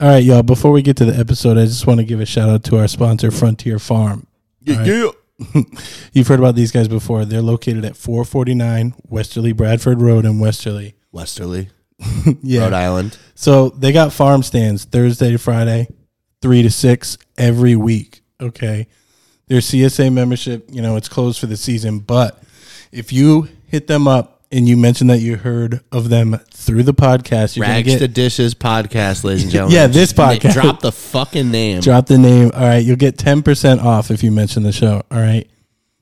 All right, y'all. Before we get to the episode, I just want to give a shout out to our sponsor, Frontier Farm. Yeah, All right. yeah. You've heard about these guys before. They're located at 449 Westerly Bradford Road in Westerly. Westerly, Yeah. Rhode Island. So they got farm stands Thursday to Friday, three to six every week. Okay. Their CSA membership, you know, it's closed for the season, but if you hit them up and you mention that you heard of them through the podcast, you're going Rags to to get Dishes podcast, ladies and gentlemen. Yeah, this podcast. Drop the fucking name. drop the name. All right, you'll get 10% off if you mention the show. All right.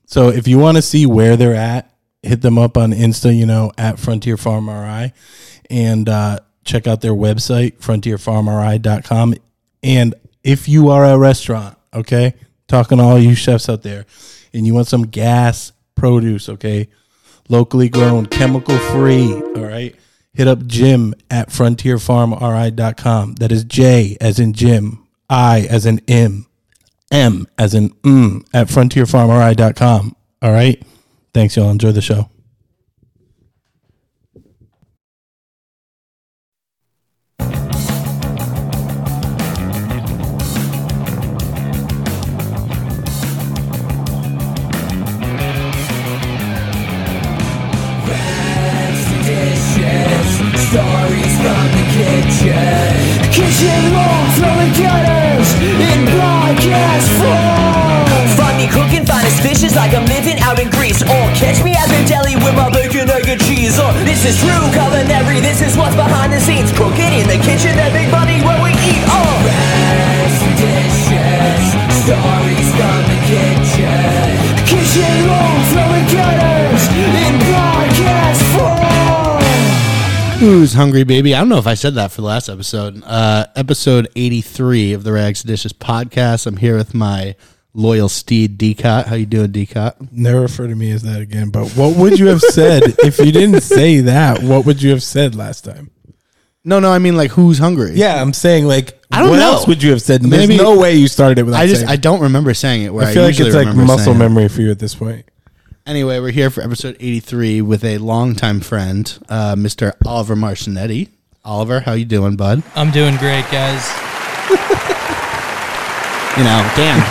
So if you want to see where they're at, hit them up on Insta, you know, at Frontier Farm RI and uh, check out their website, frontierfarmri.com. And if you are a restaurant, okay, talking to all you chefs out there, and you want some gas produce, okay, locally grown, chemical free, all right, hit up Jim at frontierfarmri.com. That is J as in Jim, I as in M, M as in mm at frontierfarmri.com. All right. Thanks, y'all. Enjoy the show. dishes, stories from the kitchen. Kitchen roll, throwing gutters in podcast form. Find me cooking finest fishes like I'm living out in Greece. Or catch me at the deli with my bacon, egg, and cheese. Or this is true culinary, this is what's behind the scenes. Cooking in the kitchen and make money when we eat. Oh, Rest dishes, stories from the kitchen. Kitchen roll, throwing gutters in podcast form. Who's hungry, baby? I don't know if I said that for the last episode. Uh, episode 83 of the Rags to Dishes podcast. I'm here with my loyal steed, Decott. How you doing, Decott? Never refer to me as that again. But what would you have said if you didn't say that? What would you have said last time? No, no, I mean like who's hungry? Yeah, I'm saying like I don't what know. else would you have said? And Maybe- There's no way you started it without I just saying I don't remember saying it. Where I I feel like usually it's like remember muscle saying it. memory for you at this point. Anyway, we're here for episode 83 with a longtime friend, uh, Mr. Oliver Marcinetti. Oliver, how you doing, bud? I'm doing great, guys. You know, damn.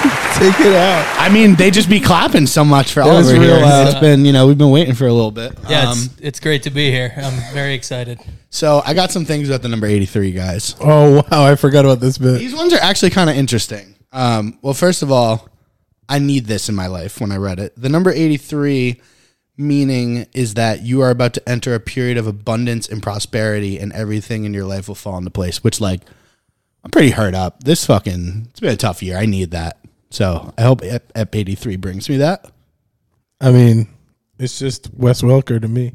Take it out. I mean, they just be clapping so much for was Oliver real here. loud. It's been, you know, we've been waiting for a little bit. Yeah, Um, it's, it's great to be here. I'm very excited. so I got some things about the number 83, guys. Oh wow, I forgot about this bit. These ones are actually kind of interesting. Um, well, first of all, I need this in my life when I read it. The number 83 meaning is that you are about to enter a period of abundance and prosperity, and everything in your life will fall into place, which, like, I'm pretty hurt up. This fucking, it's been a tough year. I need that. So I hope E-, Ep, Ep 83 brings me that. I mean, it's just Wes Welker to me.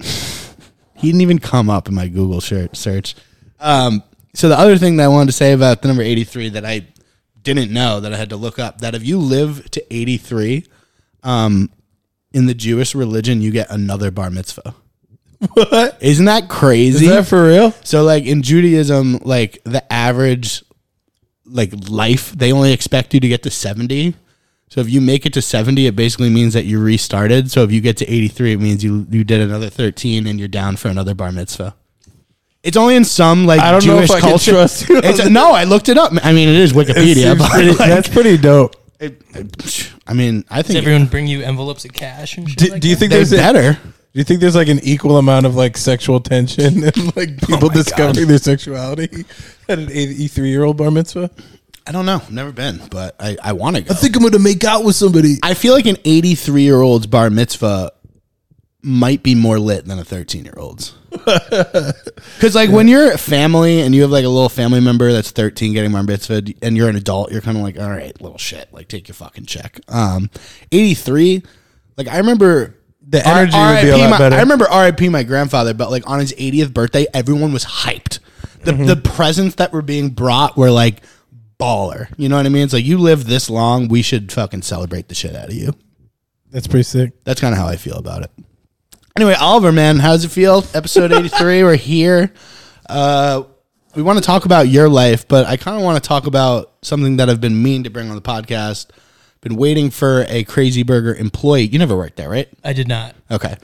He didn't even come up in my Google shirt search. Um, so the other thing that I wanted to say about the number 83 that I didn't know that I had to look up that if you live to 83, um, in the Jewish religion, you get another bar mitzvah. What? Isn't that crazy? Is that for real? so like in Judaism, like the average like life, they only expect you to get to 70. So if you make it to 70, it basically means that you restarted. So if you get to 83, it means you you did another 13 and you're down for another bar mitzvah. It's only in some like I don't know Jewish if I can culture. trust you on It's- no, I looked it up. I mean, it is Wikipedia, but pretty, like, that's pretty dope. it- I mean, I Does think everyone bring you envelopes of cash and shit? Do, like do you that? think they're there's a, better. Do you think there's like an equal amount of like sexual tension and like people discovering their sexuality at an 83 year old bar mitzvah? I don't know. Never been, but I, I want to go. think I'm gonna make out with somebody. I feel like an 83 year old's bar mitzvah might be more lit than a 13 year old's. Because, like, when you're a family and you have, like, a little family member that's 13 getting bar mitzvah and you're an adult, you're kind of like, all right, little shit. Like, take your fucking check. Um, 83, like, I remember. The energy would be a lot my, better. I remember RIP my grandfather, but, like, on his 80th birthday, everyone was hyped. The, Mm-hmm. the presents that were being brought were, like, baller. You know what I mean? It's like, you live this long, we should fucking celebrate the shit out of you. That's pretty sick. That's kind of how I feel about it. Anyway, Oliver, man, how does it feel? Episode 83, we're here. Uh, we want to talk about your life, but I kind of want to talk about something that I've been meaning to bring on the podcast. Been waiting for a Crazy Burger employee. You never worked there, right? I did not. Okay.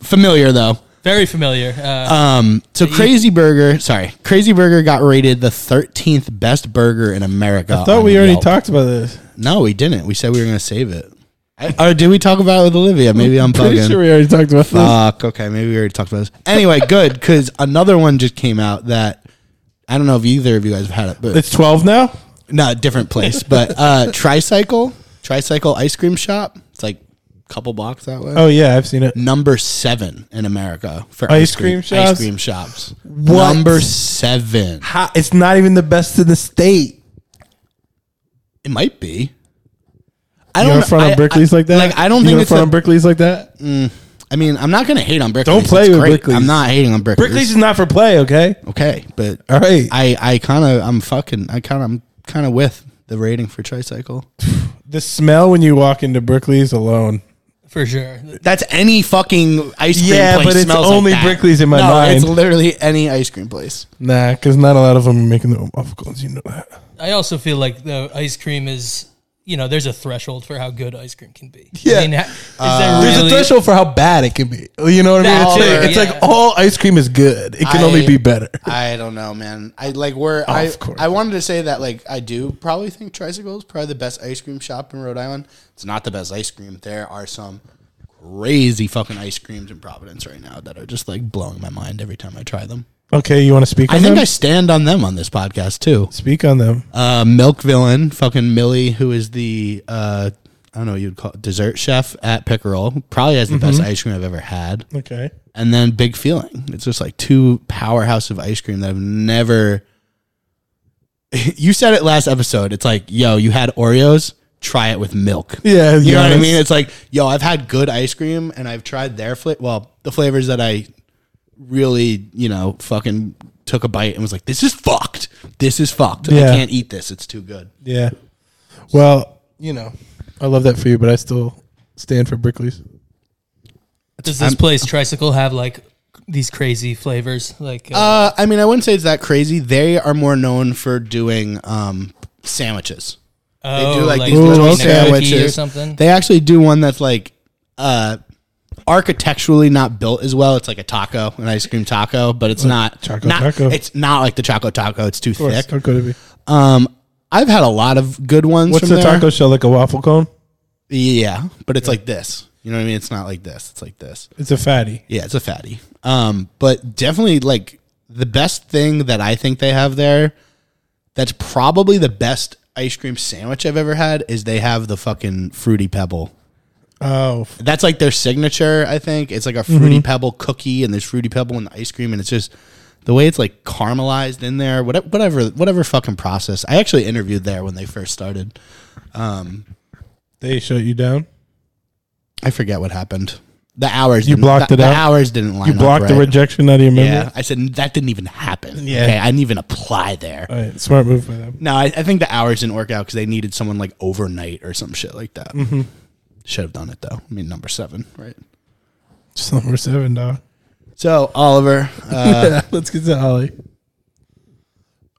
Familiar, though. Very familiar. Uh, Um, so Crazy Burger, sorry, Crazy Burger got rated the 13th best burger in America. I thought we already Yelp. talked about this. No, we didn't. We said we were going to save it. or did we talk about it with Olivia? Maybe I'm Pretty bugging. sure we already talked about this. Fuck. Okay, maybe we already talked about this. Anyway, good because another one just came out that I don't know if either of you guys have had it, but It's twelve now. not a different place. But uh, Tricycle, Tricycle Ice Cream Shop. It's like a couple blocks that way. Oh yeah, I've seen it. Number seven in America for Ice cream Ice shops? cream shops. What? Number seven. Ha- It's not even the best in the state. It might be. I You don't know, in front I- of Brickley's I- like that. Like I don't you know, think in it's front a, of Brickley's like that. I mean, I'm not gonna hate on Brickley's. Don't play It's with great. Brickley's. I'm not hating on Brickley's. Brickley's is not for play. Okay. okay, but All right. I I kind of I'm fucking I kind of I'm kind of with the rating for tricycle. the smell when you walk into Brickley's alone. for sure. That's any fucking ice cream. Yeah, place but it's smells only like that. Brickley's in my no, It's mind. literally any ice cream place. Nah, because not a lot of them are making their own waffle cones. You know that. I also feel like the ice cream is, you know, there's a threshold for how good ice cream can be. Yeah. I mean, ha- is Uh, there really? There's a threshold for how bad it can be. You know what I mean? It's, That's like, fair, it's yeah. like all ice cream is good. It can only I- be better. I don't know, man. I like where I of course. I wanted to say that like I do probably think Tricycle is probably the best ice cream shop in Rhode Island. It's not the best ice cream. There are some crazy fucking ice creams in Providence right now that are just like blowing my mind every time I try them. Okay, you want to speak on I think them? I stand on them on this podcast too. speak on them. uh, milk villain, fucking Millie, who is the uh, I don't know what you'd call it, dessert chef at Pickerel. Probably has the best ice cream I've ever had. okay. And then Big Feeling. It's just like two powerhouse of ice cream that I've never. you said it last episode. It's like, yo, you had Oreos. Try it with milk. Yeah, you know what I yes. mean. It's like, yo, I've had good ice cream and I've tried their flavor. Well, the flavors that I really, you know, fucking took a bite and was like, this is fucked. This is fucked. Yeah. I can't eat this. It's too good. Yeah. Well, you know, I love that for you, but I still stand for Brickley's. Does this place Tricycle have like these crazy flavors? Like uh, Uh, I mean, I wouldn't say it's that crazy. They are more known for doing um, sandwiches. oh, they do like, these Ooh, little okay. cookie or sandwiches. something. They actually do one that's like uh, architecturally not built as well. It's like a taco, an ice cream taco, but it's not Choco not- Taco. It's not like the choco taco. It's too Of course. thick. How could it be? Um, I've had a lot of good ones. What's from the there. taco shell like a waffle cone? Yeah, but it's like this. You know what I mean? It's not like this. It's like this. It's a fatty. Yeah, it's a fatty. Um, but definitely like the best thing that I think they have there that's probably the best ice cream sandwich I've ever had is they have the fucking fruity pebble. Oh, f- That's like their signature, I think. It's like a fruity Mm-hmm. pebble cookie and there's fruity pebble in the ice cream and it's just the way it's like caramelized in there, whatever whatever whatever fucking process. I actually interviewed there when they first started. they shut you down. I forget what happened. The hours You didn't- blocked the, it the out? hours didn't line You blocked up. the right. rejection out of your memory. Yeah, I said that didn't even happen. Yeah. okay? I didn't even apply there. All right, smart move by them. No, I, I think the hours didn't work out because they needed someone like overnight or some shit like that. Mm-hmm. Should have done it though. I mean, number seven, right? Just number seven, dog. So Oliver, uh, Let's get to Ollie.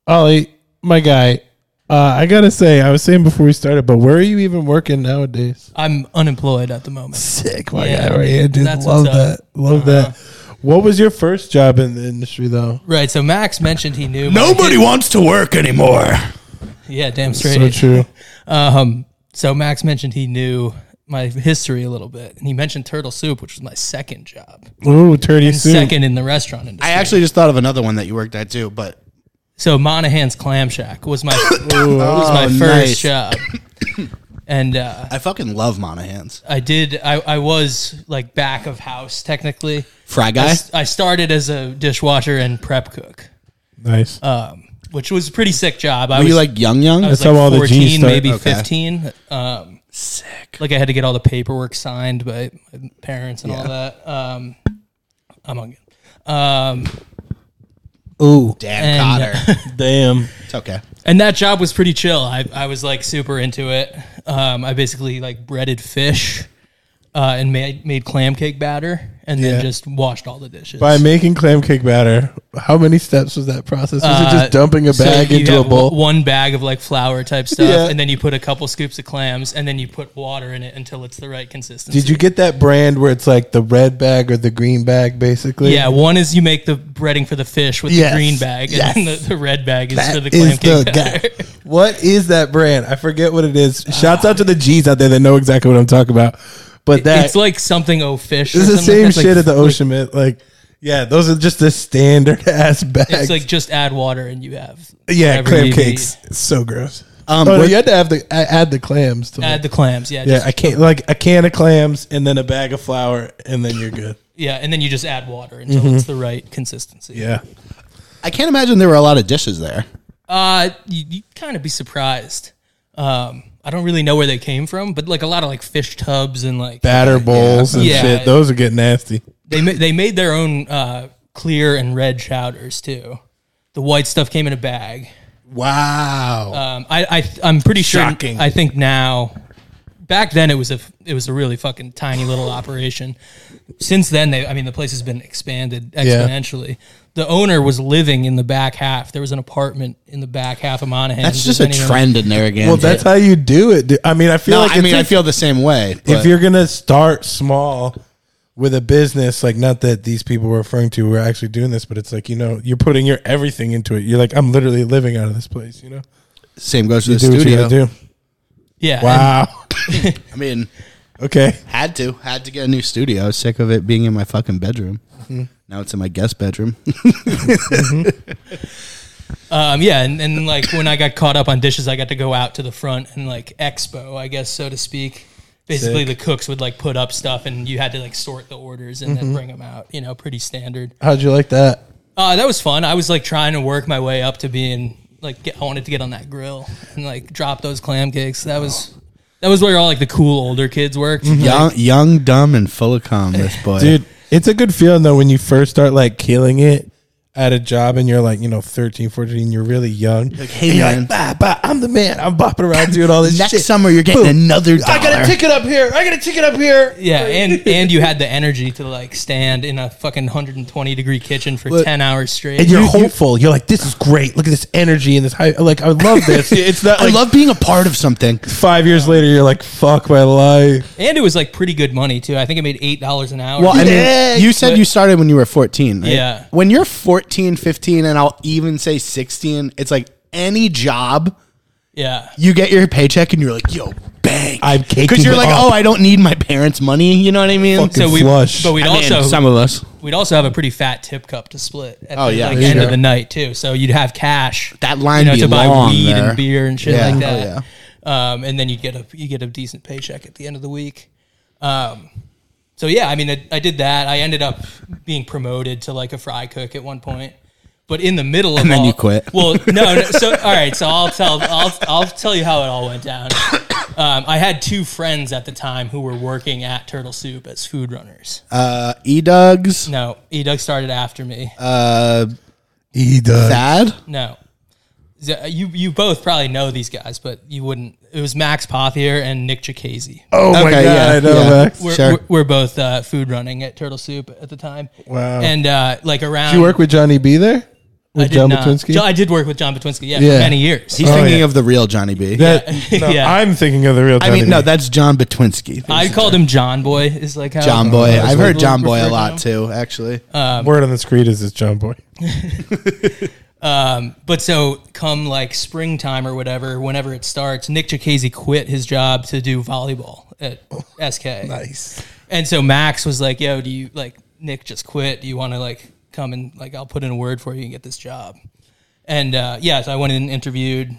Ollie, my guy. Uh, I gotta say, I was saying before we started, but where are you even working nowadays? I'm unemployed at the moment. Sick, my Yeah, guy. Right here, dude. that's Love what's that. up. Uh-huh. Love that. What was your first job in the industry, though? Right. So Max mentioned he knew. nobody wants to work anymore. Yeah, damn So straight. true. um, so Max mentioned he knew my history a little bit, and he mentioned turtle soup, which was my second job, Ooh, turdy and soup. second in the restaurant industry. I actually just thought of another one that you worked at too, but So Monahan's Clam Shack was my was my first Oh, nice. job, and uh, I fucking love Monahan's I did. I, I was like back of house technically. fry I, guy. s- I started as a dishwasher and prep cook, Nice. Uh, which was a pretty sick job. I Were was you like young young? I was That's how all the Gs start. maybe Okay. fifteen. Um, sick. Like I had to get all the paperwork signed by my parents and all that. Um, I'm on. Um, Ooh, Dan and- Cotter. damn. it's okay. and that job was pretty chill. I, I was like super into it. Um, I basically like breaded fish uh, and made made clam cake batter and Yeah. then just washed all the dishes. By making clam cake batter, how many steps was that process? Was it Uh, just dumping a so bag you into a have bowl? w- One bag of like flour type stuff, Yeah. and then you put a couple scoops of clams, and then you put water in it until it's the right consistency. Did you get that brand where it's like the red bag or the green bag, basically? Yeah, one is you make the breading for the fish with Yes. the green bag, and Yes. then the, the red bag is That for the clam is cake. Uh, the batter. guy. What is that brand? I forget what it is. Shouts out to the G's out there that know exactly what I'm talking about. But that it's like something oh fish. or it's the something same like that. shit It's at the like- ocean. man. Like, yeah, those are just the standard ass bags. It's like just add water and you have yeah, whatever clam you cakes. It's so gross. Um, oh, no, what- you had to have the a- add the clams to need. it. Add the clams, yeah, Yeah, just- I can't like a can of clams and then a bag of flour and then you're good. yeah, and then you just add water until it's the right consistency. Mm-hmm. Yeah. I can't imagine there were a lot of dishes there. Uh, you, you'd kind of be surprised. Um, I don't really know where they came from, but like a lot of like fish tubs and like Batter bowls and Yeah. shit. Those are getting nasty. they ma- they made their own uh, clear and red chowders too. The white stuff came in a bag. Wow. Um, I, I I'm pretty Shocking. sure. I think now, back then it was a f- it was a really fucking tiny little operation. Since then, they I mean the place has been expanded exponentially. The owner was living in the back half. There was an apartment in the back half of Monahan. That's just a trend in Narragansett. well, that's how you do it. dude. I mean, I feel no, like I it's mean, a- I feel the same way. if but- you're gonna start small with a business like not that these people we're referring to were actually doing this but it's like you know you're putting your everything into it you're like i'm literally living out of this place you know same goes to the do what you studio. gotta do Yeah. and- wow I mean, okay had to, had to get a new studio. I was sick of it being in my fucking bedroom. Now it's in my guest bedroom. Um, yeah, and, and like when I got caught up on dishes, I got to go out to the front and like expo, I guess so to speak. Basically, the cooks would like put up stuff, and you had to like sort the orders and Mm-hmm. then bring them out. You know, pretty standard. how'd you like that Uh, that was fun. I was like trying to work my way up to being like get, I wanted to get on that grill and like drop those clam cakes. That was that was where all like the cool older kids worked. Mm-hmm. young, young, dumb, and full of cum. This boy, dude it's a good feeling though when you first start like killing it at a job and you're like you know 13 14 you're really young hey, and you're man. like bah, bah, i'm the man i'm bopping around doing all this Next shit summer you're getting Boom. another dollar. i got a ticket up here i got a ticket up here Yeah, and and you had the energy to like stand in a fucking 120 degree kitchen for 10 hours straight. and you're You- you- hopeful. You're like, this is great. Look at this energy and this high. Like, I love this. it's not I like love being a part of something. five years later. You're like, fuck my life. And it was like pretty good money too. I think it made eight dollars an hour. Well, I Yeah. mean, you said you started when you were 14, right? Yeah. When you're 14, 15, and I'll even say 16, it's like any job, yeah, you get your paycheck and you're like, yo, bang. I'm caking Because you're it like, up. oh, I don't need my parents' money. You know what I mean? Fucking so we flush. but we'd I mean, also some of us. we'd also have a pretty fat tip cup to split at Oh, the yeah, like, there you end go. of the night too. So you'd have cash That line you know, be to buy long weed there. and beer and shit Yeah. like Oh, that. Um, and then you get a you get a decent paycheck at the end of the week. Um, so yeah, I mean, I, I did that. I ended up being promoted to like a fry cook at one point. But in the middle of And then all- you quit. Well, no, no. So all right. So I'll tell I'll I'll tell you how it all went down. Um, I had two friends at the time who were working at Turtle Soup as food runners. Uh, e Dugs, No, E Doug started after me. uh, He does. Thad. no, Z- you you both probably know these guys, but you wouldn't. It was Max Pothier and Nick Chicasey. oh my god, Okay, yeah, I know yeah. Max. We're, sure. we're, we're both uh, food running at Turtle Soup at the time. Wow. And uh, like around, Did you work with Johnny B there? With I did John not- Butwinski? Jo- I did work with John Butwinski, yeah, Yeah. for many years. He's Oh, thinking yeah. of the real Johnny B. That- no, Yeah. I'm thinking of the real. I Johnny mean, no, B. that's John Batwinski. I called him John Boy. Is like how John Boy. I've heard People John Boy refer a to lot him. too, actually. Uh, word on the street is this John Boy. But so come like springtime or whatever, whenever it starts, Nick Chicasey quit his job to do volleyball at SK. Nice. And so Max was like, "Yo, do you like Nick just quit? Do you want to like come and like I'll put in a word for you and get this job?" And uh, yeah, so I went in and interviewed.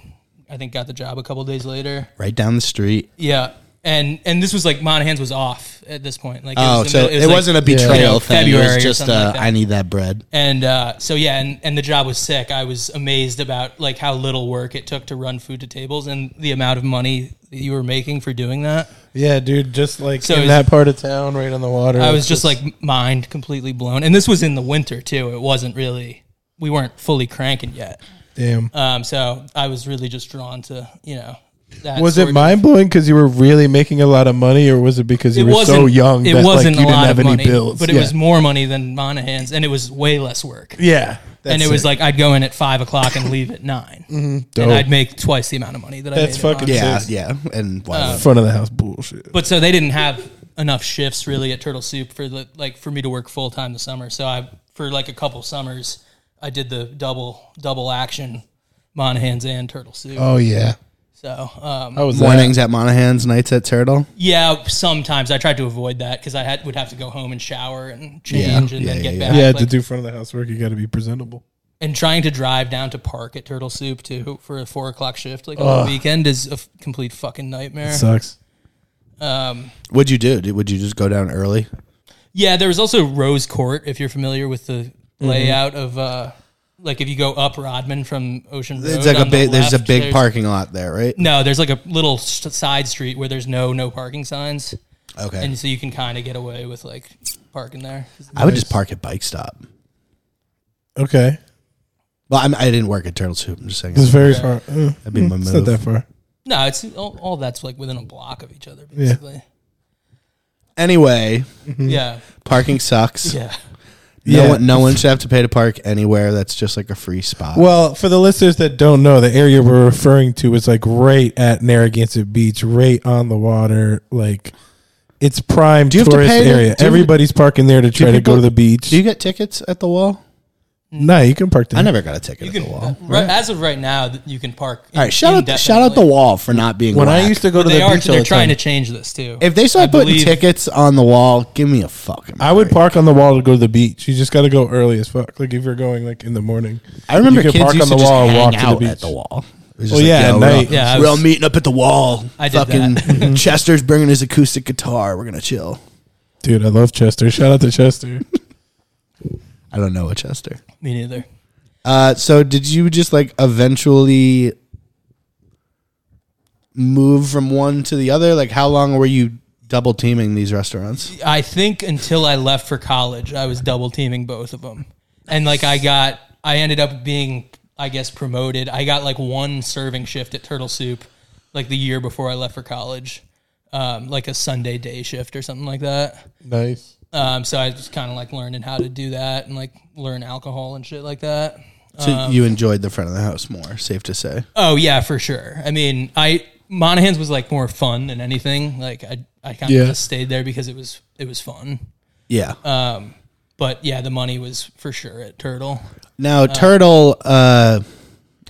I think got the job a couple days later. right down the street. Yeah, and and this was like Monahan's was off at this point. Like, it Oh, was the so mid- it, was, like, was not a betrayal you know, thing. it February or was just, something uh, like that. I need that bread. And uh, so yeah, and, and the job was sick. I was amazed about like how little work it took to run food to tables and the amount of money that you were making for doing that. Yeah, dude. Just like So in is- that part of town, right on the water. I was It's just like mind completely blown. And this was in the winter too. It wasn't really we weren't fully cranking yet. damn. Um, so I was really just drawn to you know that Was sort it of- mind blowing because you were really making a lot of money, or was it because you were so young It that wasn't like, you a didn't lot have of any money, bills? but it yeah. was more money than Monahan's, and it was way less work. yeah, and it, was like I'd go in at five o'clock and leave at 9 dope. and I'd make twice the amount of money that I That's made. at fucking Monahan's. Yeah, Six. yeah. Oh. And why would- front of the house bullshit. But so they didn't have enough shifts really at Turtle Soup for the like for me to work full time the summer. So I for like a couple summers I did the double double action Monahan's and Turtle Soup. Oh yeah, So um, I was mornings at Monahan's, nights at Turtle. yeah, sometimes I tried to avoid that because I had would have to go home and shower and change and yeah, then get yeah, back. Yeah, like- to do front of the house work, you got to be presentable. and trying to drive down to park at Turtle Soup to for a four o'clock shift like on the weekend is a f- complete fucking nightmare. Um, Sucks. What'd you do? Did- Would you just go down early? Yeah, there was also Rose Court, if you're familiar with the Mm-hmm. layout of uh like if you go up Rodman from Ocean Road. It's like a on the big. there's a left, big parking lot there, right? No, there's like a little s side street where there's no no parking signs, Okay. and so you can kind of get away with like parking there. I would just park at bike stop. Okay, Well, I'm, I didn't work at Turtle Soup. I'm just saying it's very that'd far. Uh, be my it's not that move. far. No, it's all, all that's like within a block of each other, basically. Anyway, Yeah, parking sucks. yeah. No Yeah. one, no one should have to pay to park anywhere. That's just like a free spot. Well, for the listeners that don't know, the area we're referring to is like right at Narragansett Beach, right on the water. Like it's prime you have to tourist pay to- area. do you- Everybody's parking there to try to people- go to the beach. do you get tickets at the wall? no, you can park there. I never got a ticket You at the can- wall. right, as of right now, th- you can park. All right, shout out, shout out the wall for not being. When I whack. used to go to They the are. beach, all They're the trying time, to change this too. if they start I putting believe- tickets on the wall, give me a fucking. I would break. park on the wall to go to the beach. You just got to go early as fuck. Like if you're going like in the morning, I remember you could kids park used on the to just wall and hang walk to out the beach. at the wall. It was Well, just like, yeah, at yo, night. We're all, Yeah, I we're all was- meeting up at the wall. I did Mm-hmm. Fucking Chester's bringing his acoustic guitar. We're gonna chill. Dude, I love Chester. Shout out to Chester. I don't know a Chester. Me neither. Uh, so did you just like eventually move from one to the other? Like, how long were you double teaming these restaurants? I think until I left for college, I was double teaming both of them, and like I got, I ended up being, I guess, promoted. I got like one serving shift at Turtle Soup, like the year before I left for college, um, like a Sunday day shift or something like that. nice. Um, so I was kind of like learning how to do that and like learn alcohol and shit like that. So um, you enjoyed the front of the house more, safe to say. Oh yeah, for sure. I mean, I Monahan's was like more fun than anything. Like I, I kind of Yeah. just stayed there because it was it was fun. Yeah. But yeah, the money was for sure at Turtle. now Turtle, uh,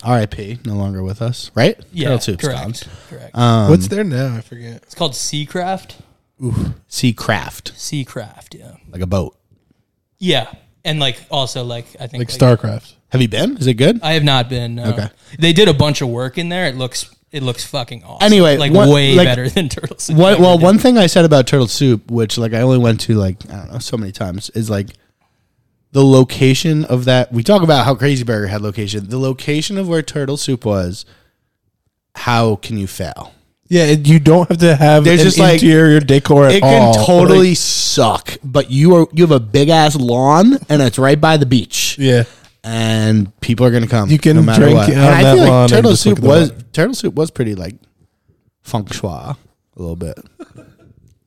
R.I.P. No longer with us, right? Yeah, Turtle Soup's correct. gone. Correct. Um, What's there now? I forget. it's called Seacraft. Sea Craft, Seacraft, yeah, like a boat. yeah, and like also like I think Like StarCraft. Have you been? Is it good? I have not been. no. Okay. they did a bunch of work in there. It looks it looks fucking awesome. Anyway, like what- way like- better than Turtle Soup. What, well, one thing I said about Turtle Soup, which like I only went to like I don't know so many times, is like the location of that. We talk about how Crazy Burger had location. The location of where Turtle Soup was. How can you fail? Yeah, it, you don't have to have There's an just, like- interior decor at It can all. totally Like, suck, but you are you have a big ass lawn and it's right by the beach, yeah. and people are gonna come. You can no matter drink what. on And I that feel lawn like and Turtle just look Soup at the was water. Turtle Soup was pretty like feng shui a little bit.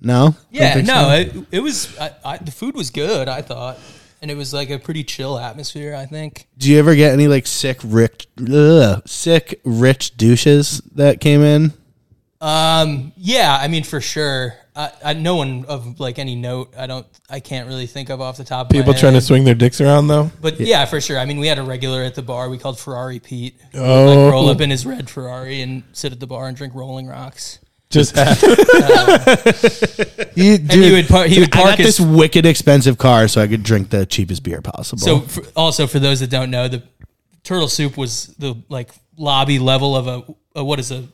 No, Don't Yeah, think no, so? it, it was. I, I, the food was good, I thought, and it was like a pretty chill atmosphere. I think. Do you ever get any like sick rich, ugh, sick rich douches that came in? Um. Yeah. I mean, for sure. I, I no one of like any note. I don't. I can't really think of off the top. Of People my trying to head. swing their dicks around though. But yeah, for sure. I mean, we had a regular at the bar. We called Ferrari Pete. who would, Oh. Like roll up in his red Ferrari and sit at the bar and drink Rolling Rocks. Just have. you, dude, And he would par- he would I park got his. this wicked expensive car so I could drink the cheapest beer possible. So for, also for those that don't know, the Turtle Soup was the like lobby level of a, a what is a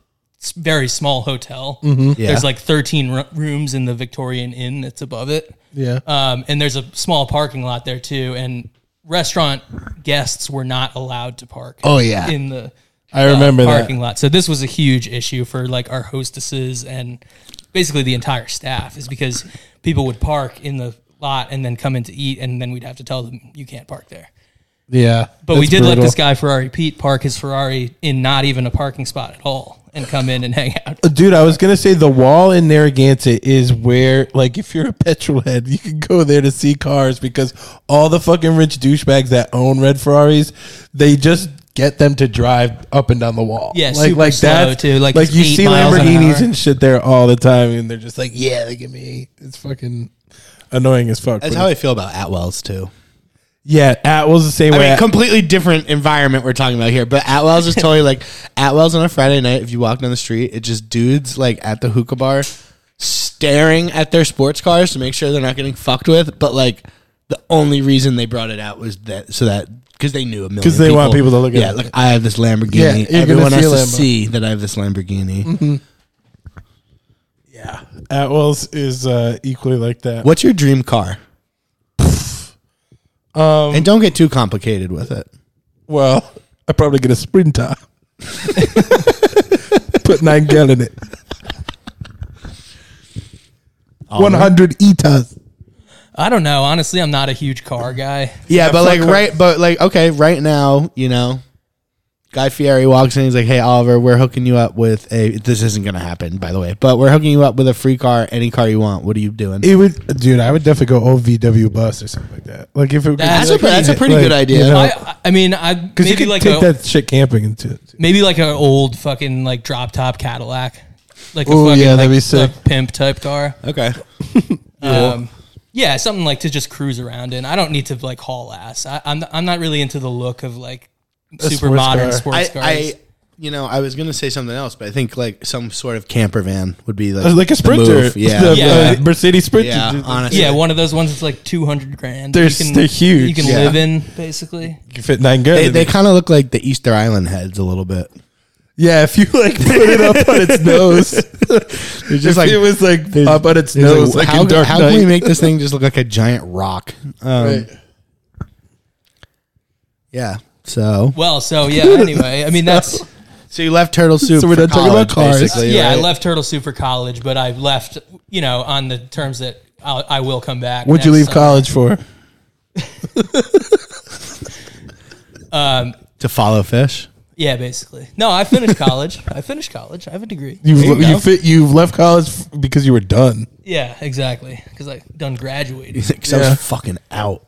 s- very small hotel. Yeah. There's like 13 ru- rooms in the Victorian Inn that's above it. yeah. Um, and there's a small parking lot there too. And restaurant guests were not allowed to park. Oh, yeah. in the I remember that. uh, parking lot. So this was a huge issue for like our hostesses and basically the entire staff is because people would park in the lot and then come in to eat, and then we'd have to tell them you can't park there. Yeah. But we that's did let brutal. this guy Ferrari Pete park his Ferrari in not even a parking spot at all. and come in and hang out. Dude, I was gonna say the wall in Narragansett is where, like, if you're a petrol head, you can go there to see cars because all the fucking rich douchebags that own red Ferraris, they just get them to drive up and down the wall. Yeah, super slow, that's- too. Like, like it's you eight see miles an Lamborghinis hour. and shit there all the time, and they're just like, yeah, look at me. It's fucking annoying as fuck. That's but how I it's- feel about Atwell's too. yeah, Atwell's the same I way. mean, completely different environment we're talking about here. But Atwell's is totally like Atwell's on a Friday night. If you walk down the street, it's just dudes like at the hookah bar, staring at their sports cars to make sure they're not getting fucked with. But like the only reason they brought it out was that so that because they knew a million. 'Cause they want people to look at Yeah, it. like I have this Yeah, Lamborghini. you're gonna Everyone has see Lambo. Mm-hmm. to see that I have this Lamborghini. Atwell's is uh, equally like that. What's your dream car? Um, And don't get too complicated with it. Well, I probably get a sprinter. Put nine gal in it. One hundred eaters. I don't know. Honestly, I'm not a huge car guy. Yeah, but fuck like her. right, but like okay, right now, you know, Guy Fieri walks in. He's like, "Hey, Oliver, we're hooking you up with a. This isn't gonna happen, by the way, but we're hooking you up with a free car, any car you want. What are you doing? It would, dude. I would definitely go OVW bus or something like that. Like if it, That's a like, pre- that's a pretty good idea. you know, I, I mean, I 'cause you maybe could like take a that shit camping into. It. maybe like an old fucking like drop top Cadillac, like a Ooh, fucking yeah, that'd like, be sick. a pimp type car. okay, Um, yeah, something like to just cruise around in. I don't need to like haul ass. I, I'm I'm not really into the look of like super sports modern car. sports I, cars. I, you know, I was gonna say something else, but I think like some sort of camper van would be Uh, like, Uh, Like a the sprinter, move. yeah, The- Yeah. the Mercedes sprinter. yeah, dude. honestly, yeah, one of those ones that's like two hundred grand. They're- You they're huge. You can Yeah. live in basically. You fit nine gal. They, in they it. kind of look like the Easter Island heads a little bit. yeah, if you like put it up on its nose, just if like- it was like up on Uh, its It's like, nose. Like, how in Dark how can we Knight. make this thing just look like a giant rock? Um, Right. Yeah. So Well, so yeah. Anyway, I mean that's So you left turtle soup. So we're for not talking about college, cars. basically, yeah. I right? left Turtle Soup for college, but I left you know on the terms that I'll, I will come back. What'd you next leave summer. college for? to follow fish. Yeah, basically. No, I finished college. I finished college. I have a degree. You've There you you go. fit, you've left college f- because you were done. Yeah, exactly. Because I done graduated. Because I Yeah. was fucking out.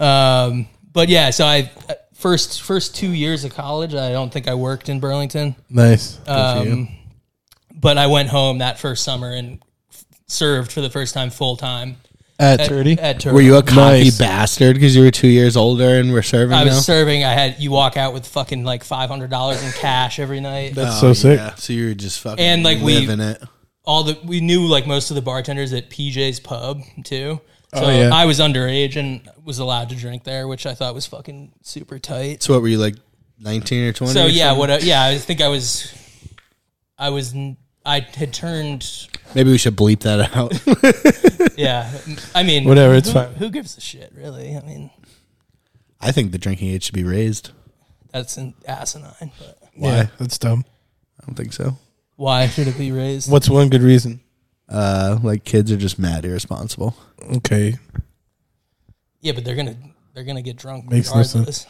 Um, but yeah, so I first first two years of college, I don't think I worked in Burlington, Nice. but I went home that first summer and f- served for the first time full time at at thirty. At Turtle. Were you a cocky Nice. bastard because you were two years older and were serving? I now? was serving. I had you walk out with fucking like five hundred dollars in cash every night. That's so sick. Oh, Yeah, so you were just fucking And, like, we- living it. all the we knew like most of the bartenders at PJ's pub too. So Oh, yeah. I was underage and was allowed to drink there, which I thought was fucking super tight. So what were you like, nineteen or twenty? So or yeah, something? what? I, yeah, I think I was, I was, n- I had turned. Maybe we should bleep that out. Yeah, I mean, Whatever, it's who- fine. Who gives a shit, really? I mean, I think the drinking age should be raised. that's an asinine. But Yeah, that's dumb. I don't think so. why should it be raised? What's one good reason? Uh, like kids are just mad irresponsible. Okay, Yeah, but they're gonna they're gonna get drunk Makes no sense. regardless.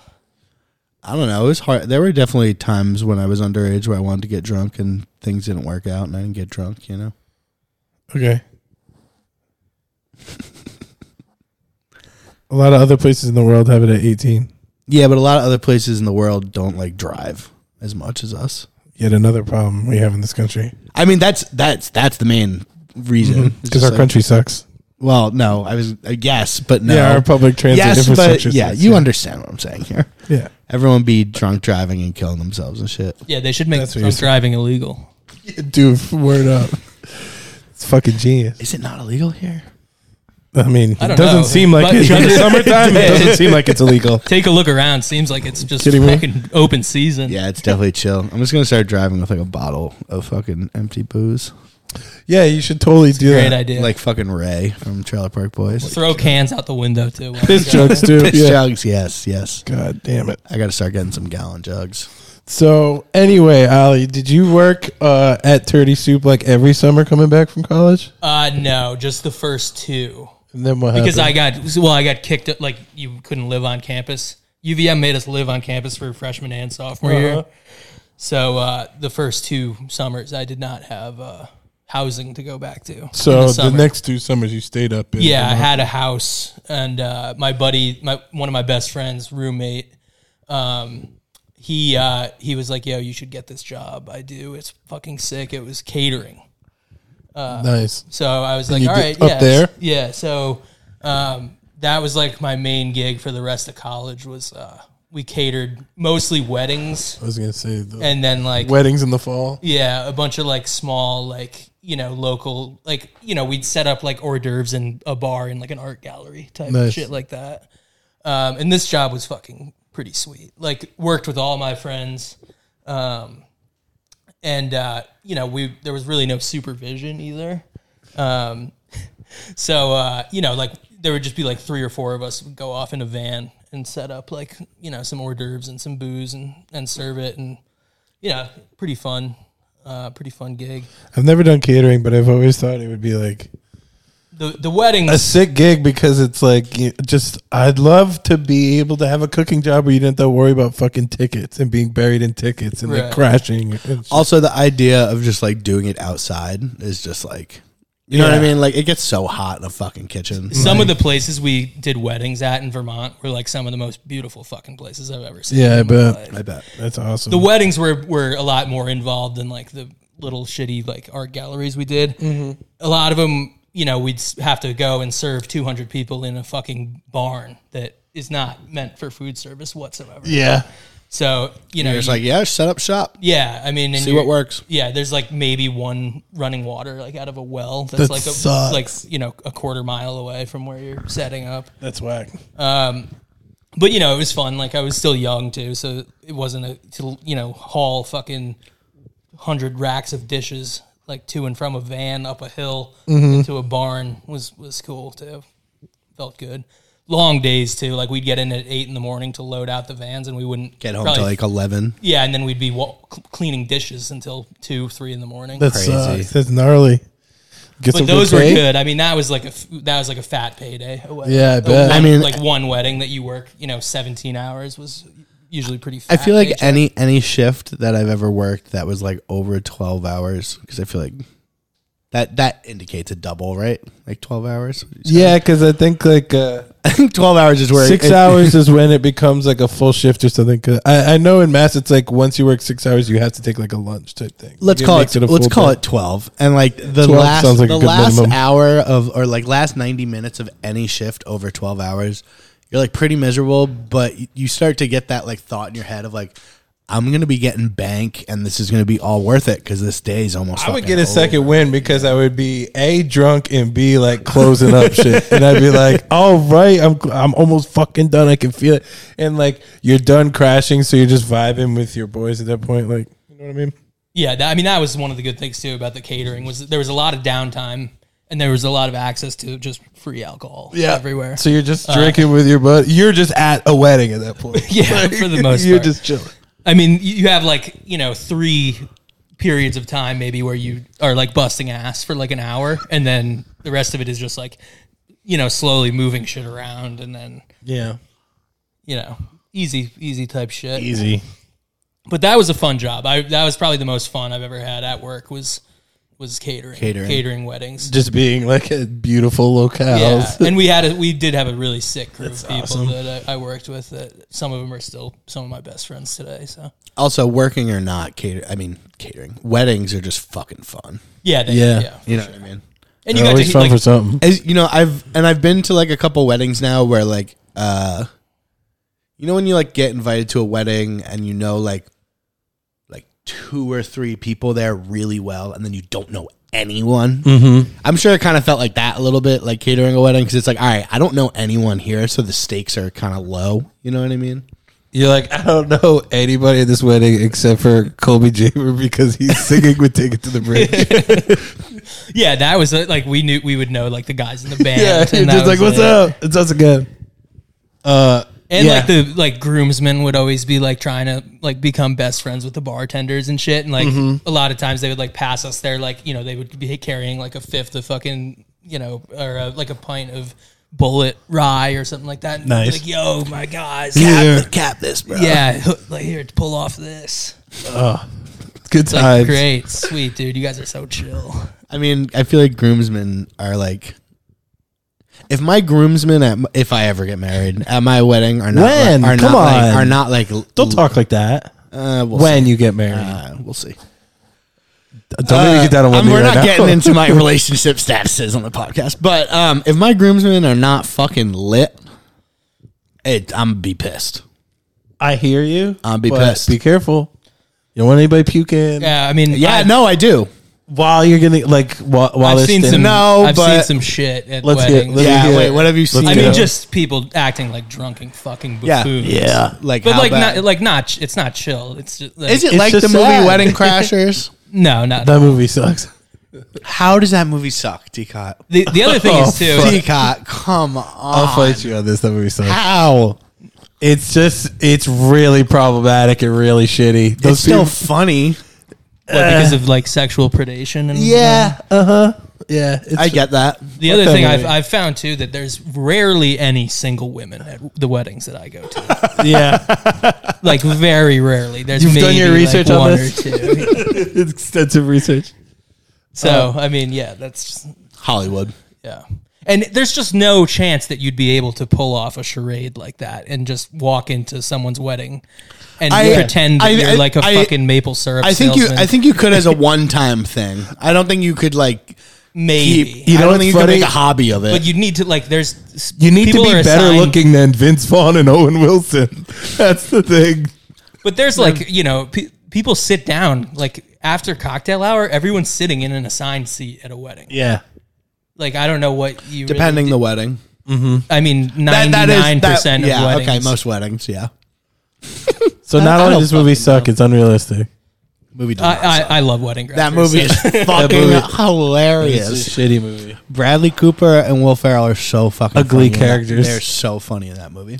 I don't know. It was hard. There were definitely times when I was underage where I wanted to get drunk and things didn't work out and I didn't get drunk. You know. okay. A lot of other places in the world have it at eighteen. Yeah, but a lot of other places in the world don't like drive as much as us. Yet another problem we have in this country I mean, that's that's that's the main reason It's because Mm-hmm. just our like- country sucks. Well, no, I was uh, yes, but no. Yeah, our public transit yes, but infrastructure. yeah, sucks, you understand what I'm saying here. Yeah, Everyone be drunk driving and killing themselves and shit. Yeah, they should make That's what you're drunk saying. driving illegal. dude, word up. It's fucking genius. Is it not illegal here? I mean, I it don't doesn't know, seem like but- it. In the summertime, it doesn't seem like it's illegal. Take a look around. Seems like it's just Kidding me? fucking open season. Yeah, it's definitely chill. I'm just gonna start driving with like a bottle of fucking empty booze, Yeah, you should totally do great that. idea. like fucking Ray from Trailer Park Boys. throw cans out the window too. while Piss you go. jokes too. Piss yeah. jugs, yes, yes. God damn it. I gotta start getting some gallon jugs. So anyway, Ali, did you work uh, at Turdy Soup like every summer coming back from college? Uh, no, just the first two. And then what because I happened? got well, I got kicked. Like Uh-huh. you couldn't live on campus. UVM made us live on campus for freshman and sophomore year, So uh, the first two summers, I did not have uh, housing to go back to. in So the, summer. next two summers you stayed up. In Yeah, I Vermont. had a house, and uh, my buddy, my one of my best friends, roommate, um, he uh, he was like, "Yo, you should get this job. I do. It's fucking sick. It was catering." nice. So I was like, you "All did- right, up yeah, there? yeah." So um, that was like my main gig for the rest of college. Was uh, we catered mostly weddings, I was gonna say the and then like weddings in the fall. yeah, a bunch of like small, like you know, local, like you know, we'd set up like hors d'oeuvres in a bar in like an art gallery type Nice. shit like that. Um, and this job was fucking pretty sweet. Like worked with all my friends, um, and uh, you know, we there was really no supervision either. Um, so uh, you know, like there would just be like three or four of us would go off in a van and set up like you know some hors d'oeuvres and some booze and and serve it and you know pretty fun, uh, pretty fun gig. I've never done catering, but I've always thought it would be like The the weddings a sick gig because it's like you- just I'd love to be able to have a cooking job where you didn't have to worry about fucking tickets and being buried in tickets and Right. like crashing. and shit. Also, the idea of just like doing it outside is just like, you know what I Yeah. mean? Like, it gets so hot in a fucking kitchen. Some of the places we did weddings at in Vermont were like some of the most beautiful fucking places I've ever seen. Yeah, I in my bet. life. I bet. That's awesome. The weddings were were a lot more involved than like the little shitty like art galleries we did. A lot of them, you know, we'd s- have to go and serve 200 people in a fucking barn that is not meant for food service whatsoever. yeah, So, you know, You're just you- like, yeah, set up shop. yeah, I mean, and See you're- what works. Yeah, there's like maybe one running water like out of a well that's That like a, sucks. like you know a quarter mile away from where you're setting up. that's whack. Um, but you know, it was fun. Like I was still young too, so it wasn't a to you know haul fucking hundred racks of dishes like to and from a van up a hill Mm-hmm. into a barn was was cool too. Felt good. Long days too. Like we'd get in at eight in the morning to load out the vans, and we wouldn't Get home probably- till like 11. yeah, and then we'd be wa- cl- cleaning dishes until two three in the morning. That's Crazy. sucks. That's gnarly. Get but some those were pay? good. I mean, that was like a f- that was like a fat payday. a wedding. Yeah, I A bet. one- I mean- like one wedding that you work, you know, seventeen hours was usually pretty. I Fat feel like paycheck. any any shift that I've ever worked that was like over 12 hours, because I feel like that that indicates a double, right? Like 12 hours. Yeah, because I think like uh, I think 12 hours is where six it- hours is when it becomes like a full shift or something. 'Cause I, I know in mass, it's like once you work six hours, you have to take like a lunch type thing. let's Like, call makes it, a let's full call day. it 12 and like the 12 last sounds like a the good last minimum. hour of or like last 90 minutes of any shift over 12 hours you're like pretty miserable but y- you start to get that like thought in your head of like i'm going to be getting bank and this is going to be all worth it cuz this day is almost I would fucking get a over. second win because I would be a drunk and b like closing up shit, and I'd be like, "All right, I'm I'm almost fucking done. I can feel it." And like you're done crashing, so you're just vibing with your boys at that point. Like, you know what I mean? yeah, that, I mean, that was one of the good things too about the catering was that there was a lot of downtime and there was a lot of access to just free alcohol. everywhere. So you're Uh, just drinking with your bud. You're just at a wedding at that point. Yeah, for the most You're part. just chilling. I mean, you you have like you know three periods of time maybe where you are like busting ass for like an hour, and then the rest of it is just like you know slowly moving shit around, and then Yeah, you know easy easy type shit. easy. But that was a fun job. I that was probably the most fun I've ever had at work was was catering Catering. weddings. Just being like at beautiful Yeah, locales. and we had a, we did have a really sick group of people awesome. that I, I worked with. That some of them are still some of my best friends today. So also working or not cater i mean catering weddings are just fucking fun yeah, they, Yeah. yeah, you know what i mean And They're you got to always hit, fun like, for something. as you know i've and i've been to like a couple weddings now where like uh you know when you like get invited to a wedding and you know like like two or three people there really well and then you don't know anyone i'm sure it kind of felt like that a little bit like catering a wedding because it's like all right i don't know anyone here so the stakes are kind of low you know what i mean You're like, I don't know anybody at this wedding except for Colby Jaber because he's singing with Take It to the Bridge. Yeah, that was uh, like we knew we would know like the guys in the band. yeah, and you're that just like, what's was it. up? It's us again. Uh, And yeah. like the like groomsmen would always be like trying to like become best friends with the bartenders and shit. And like Mm-hmm. a lot of times they would like pass us their like you know they would be carrying like a fifth of fucking you know or uh like a pint of bullet rye or something like that. And Nice. Like, yo, my guys. Yeah. Cap this, bro. Yeah, like here, pull off this. Good It's like times. great, sweet dude. You guys are so chill. I mean, I feel like groomsmen are like. If my groomsmen, at, m- if I ever get married at my wedding, are not When? like, are Come not like, on. are not like Don't talk like that. Uh, we'll when see. you get married, Uh, we'll see. don't even get that on Um, one knee we're right not now. getting into my relationship statuses on the podcast, but um, if my groomsmen are not fucking lit, it, I'm gonna be pissed. I hear you. I'll Uh, be but pissed. Be careful. You don't want anybody puking Yeah, I mean, Yeah, I've, no, I do. while you're gonna like while, while I've they're seen some. standing- No, I've but- seen some shit at Let's get- weddings. let's Yeah, get- wait, what have you let's seen? I get mean, it. just people acting like drunken fucking Yeah. buffoons. yeah. Like, But how like bad? not like not ch- it's not chill. It's just like, is it It's like the just movie sad. Wedding Crashers? no not That movie sucks. How does that movie suck, Decot? the, the other Oh, thing is too Decot, come I'll on. fight you on this. That movie sucks. How? It's just it's really problematic and really shitty. Those It's still people- funny. what, because of like sexual predation and Uh huh. Yeah. It's, I get that. The Fuck other that thing I've, movie. I've found too that there's rarely any single women at the weddings that I go to. Yeah. Like very rarely. There's You've maybe done your research like on one this? or two. it's extensive research. So Oh. I mean, yeah, that's just, Hollywood. yeah. And there's just no chance that you'd be able to pull off a charade like that and just walk into someone's wedding and I- pretend that I- you're I- like a I- fucking maple syrup. I think you. salesman. I think you could as a one-time thing. I don't think you could like maybe. keep. You You know know, I what's don't think you could funny? make a hobby of it. but you need to like. There's You need people to are be better assigned- looking than Vince Vaughn and Owen Wilson. That's the thing. But there's like you know pe- people sit down like after cocktail hour. Everyone's sitting in an assigned seat at a wedding. Yeah. Like I don't know what you really- depending the wedding. I mean, That- that ninety is- nine that- percent of yeah, weddings. Okay, most weddings. Yeah, So not I only don't does this movie suck, it's unrealistic. movie. Does not I, suck. I, I love wedding. that Crashers, movie so- is fucking movie- hilarious. shitty movie. Bradley Cooper and Will Ferrell are so fucking Ugly funny in that- characters. They're so funny in that movie.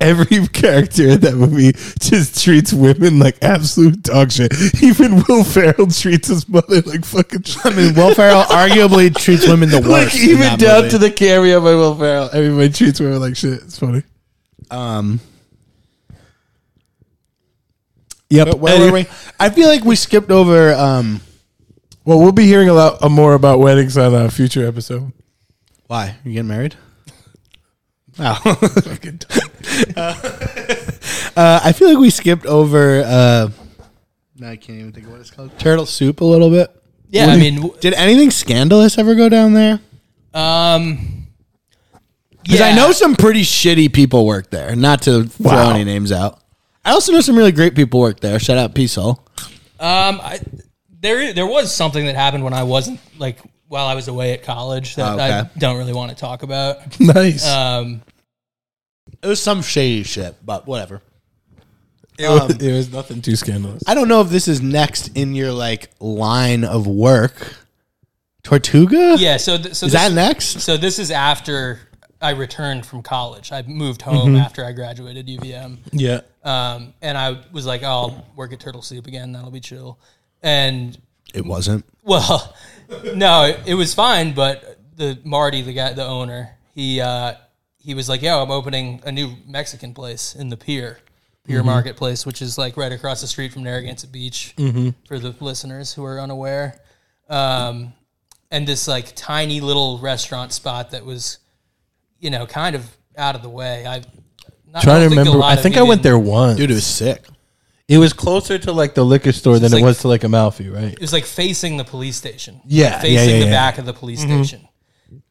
Every character in that movie just treats women like absolute dog shit. Even Will Ferrell treats his mother like fucking. I mean, Will Ferrell arguably treats women the worst. like in even that down movie. to the cameo by Will Ferrell, everybody treats women like shit. It's funny. Um, Yep. but where were we? I feel like we skipped over. Um, Well, we'll be hearing a lot uh, more about weddings on a future episode. why you getting married? Oh, Fucking Uh, I feel like we skipped over. Uh, no, I can't even think of what it's called. Turtle soup a little bit. Yeah, I mean, w- Did anything scandalous ever go down there? um, Because yeah, I know some pretty shitty people work there. Not to throw Wow. any names out. I also know some really great people work there. Shout out Peace Hole. Um, I, there there was something that happened when I wasn't like while I was away at college that Oh, okay. I don't really want to talk about. nice. Uh, Um, It was some shady shit, but whatever. it, um, was, it was nothing too scandalous. I don't know if this is next in your like line of work. Tortuga? yeah, so th- so Is this- that next? So this is after I returned from college. I moved home after I graduated UVM, Yeah. um, and I was like, "Oh, I'll work at Turtle Soup again. That'll be chill." And It wasn't. well, no, it, it was fine. But the Marty, the guy, the owner, he uh, he was like, "Yo, I'm opening a new Mexican place in the pier." Pier Mm-hmm. Marketplace, which is like right across the street from Narragansett Beach, Mm-hmm. for the listeners who are unaware, um, and this like tiny little restaurant spot that was, you know, kind of out of the way. I Trying to not, don't think a remember. lot I of think you I went didn't- there once. Dude, it was sick. it was closer to like the liquor store than It's it like- was to like Amalfi, right? it was like facing the police station. Yeah, facing yeah, yeah, the yeah. back of the police station.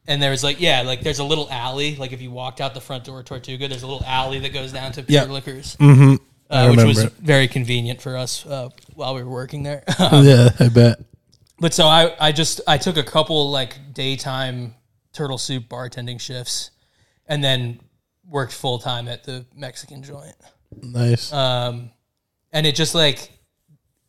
And there was like yeah, like there's a little alley. Like if you walked out the front door of Tortuga, there's a little alley that goes down to Pure Yeah. Liquors, mm-hmm. uh, which was remember it. very convenient for us uh, while we were working there. yeah, I bet. but so I, I just I took a couple like daytime turtle soup bartending shifts, and then worked full time at the Mexican joint. Nice. and it just like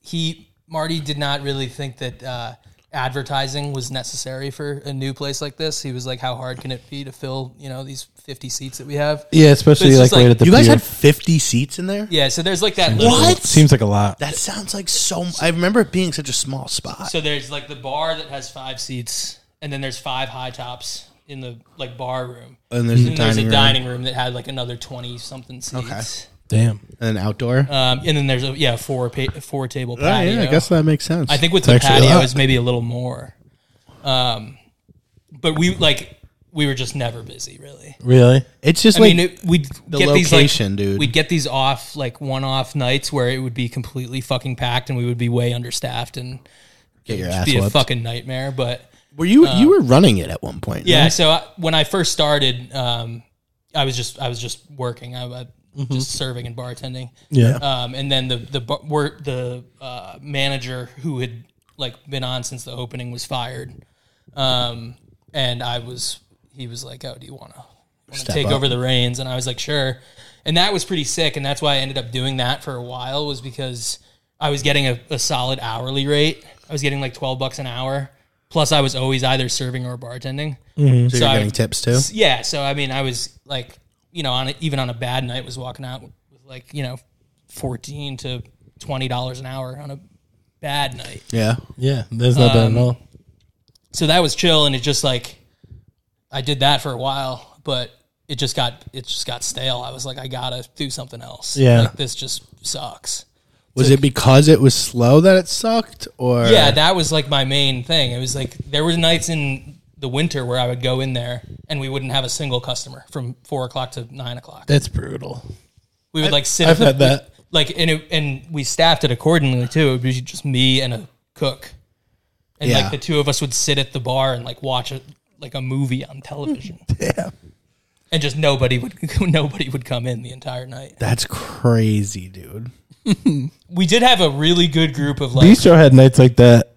he Marty did not really think that uh, advertising was necessary for a new place like this. He was like, "How hard can it be to fill you know these fifty seats that we have?" yeah, especially it's like, just right like- at the You guys pier. had 50 seats in there? Yeah, so there's like that. little- What? Seems like a lot. That sounds like so. I remember it being such a small spot. So there's like the bar that has five seats, and then there's five high tops, in the like bar room. And there's a and there's dining a room. dining room that had like another twenty something seats. Damn. And an outdoor. Um, and then there's a yeah four pa- four table Oh, patio. yeah, I guess that makes sense. I think with It's the actually a patio uh, lot. is maybe a little more. Um, but we like we were just never busy really. Really? it's just I like mean, it, we'd the get location, these like dude. we'd get these off like one off nights where it would be completely fucking packed and we would be way understaffed and get your it'd ass be a um, whooped. fucking nightmare. But Were you you were running it at one point? yeah, no? so I, when I first started, um, I was just I was just working. I was Mm-hmm. just serving and bartending. Yeah. Um, and then the the bar- wor- the uh, manager who had like been on since the opening was fired. Um, and I was he was like, "Oh, do you want to take up. over the reins?" And I was like, "Sure." And that was pretty sick, and that's why I ended up doing that for a while was because I was getting a, a solid hourly rate. I was getting like twelve bucks an hour. Plus, I was always either serving or bartending. Mm-hmm. So you're I- getting tips too. Yeah, so I mean, I was like, you know, on a, even on a bad night, was walking out with like you know, fourteen to twenty dollars an hour on a bad night. Yeah. Yeah. That's not bad at all. So that was chill, and it just like I did that for a while, but it just got it just got stale. I was like, I gotta do something else. Yeah. like, this just sucks. Was it because it was slow that it sucked, or Yeah, that was like my main thing. It was like there were nights in the winter where I would go in there and we wouldn't have a single customer from four o'clock to nine o'clock. That's brutal. We would like sit. I've at had the- that. Like and it, and we staffed it accordingly too. It would be just me and a cook, and Yeah. like the two of us would sit at the bar and like watch a, like a movie on television. Yeah. And just nobody would nobody would come in the entire night. that's crazy, dude? We did have a really good group of like Bistro had nights like that.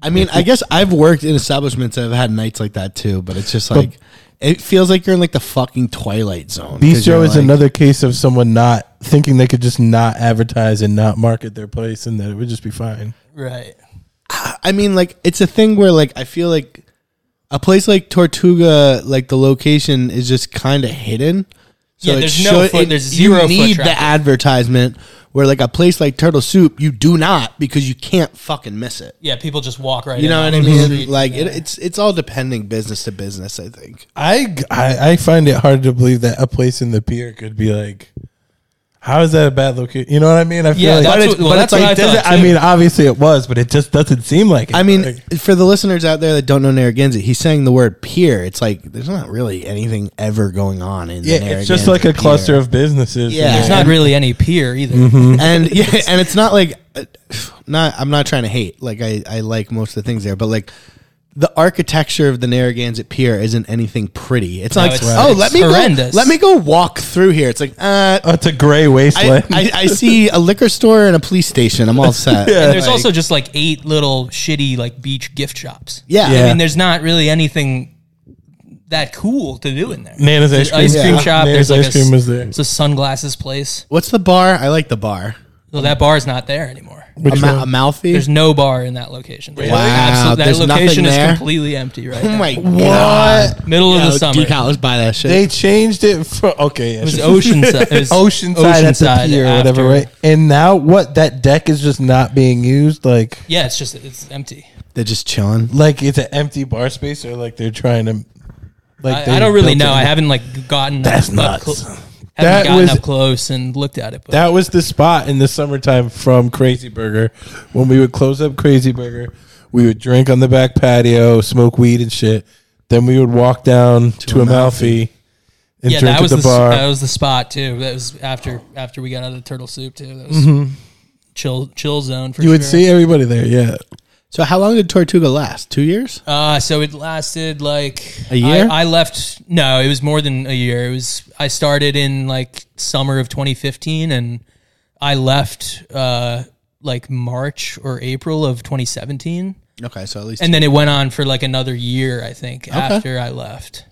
I mean, I guess I've worked in establishments that have had nights like that too, but it's just like it feels like you're in like the fucking twilight zone. 'cause Bistro you're is like- another case of someone not thinking they could just not advertise and not market their place and that it would just be fine. right. I mean, like it's a thing where like I feel like a place like Tortuga, like the location is just kind of hidden. So Yeah, it there's no foot- there's zero You foot need traffic. the advertisement where like a place like Turtle Soup, you do not because you can't fucking miss it. Yeah, people just walk right. You in know off what the I mean? street. Like it, Yeah. it's it's all depending business to business. I think. I, I I find it hard to believe that a place in the pier could be like, how is that a bad location? You know what I mean? I feel Yeah, like, that's but what- it's- well, but that's it's what like, I thought, doesn't- I too. mean, obviously it was, but it just doesn't seem like it. I mean, Like, for the listeners out there that don't know Narragansett, he's saying the word pier. It's like there's not really anything ever going on in. the yeah, it's just like a Narragansett cluster pier. of businesses. Yeah. there's not really any pier either. and yeah, and it's not like uh, not. I'm not trying to hate. Like I, I like most of the things there, but like the architecture of the Narragansett Pier isn't anything pretty. It's not No, like it's- oh, it's let me go, horrendous. let me go walk through here. It's like uh. Oh, it's a gray I, wasteland. I, I see a liquor store and a police station. I'm all set. And there's also just like eight little shitty like beach gift shops. yeah, Yeah. I mean, there's not really anything that cool to do in there. Nana's There's ice cream. ice cream Yeah. shop. Nana's there's like ice a, cream s- was there. It's a sunglasses place. What's the bar? I like the bar. Well, that bar is not there anymore. A Ma- Amalfi. There's no bar in that location. Wow, Wow, there's that location nothing there? is completely empty right oh now. my god. Middle of Yo, the summer. Decal, let's buy that shit. They changed it for okay. Yeah, It was sure. Oceanside. It was Oceanside, at the pier or whatever, right? after- And now what? That deck is just not being used. Like, Yeah, it's just it's empty. They're just chilling. like it's an empty bar space, or like they're trying to. Like I, I they don't really built it know. in- I haven't like gotten That's up, nuts. clo- haven't That gotten was- up close and looked at it. But That was the spot in the summertime from Crazy Burger. When we would close up Crazy Burger, we would drink on the back patio, smoke weed and shit. Then we would walk down to, Amalfi, and yeah, drink that was at the, s- bar. That was the spot too. That was after after we got out of the turtle soup too. That was chill chill zone for Mm-hmm. you would sure. see everybody there. Yeah, So how long did Tortuga last? Two years? Uh, so it lasted like A year? I, I left. No, it was more than a year. It was I started in like summer of 2015, and I left uh, like March or April of 2017, Okay, so at least and then it went on for like another year, I think, after I left.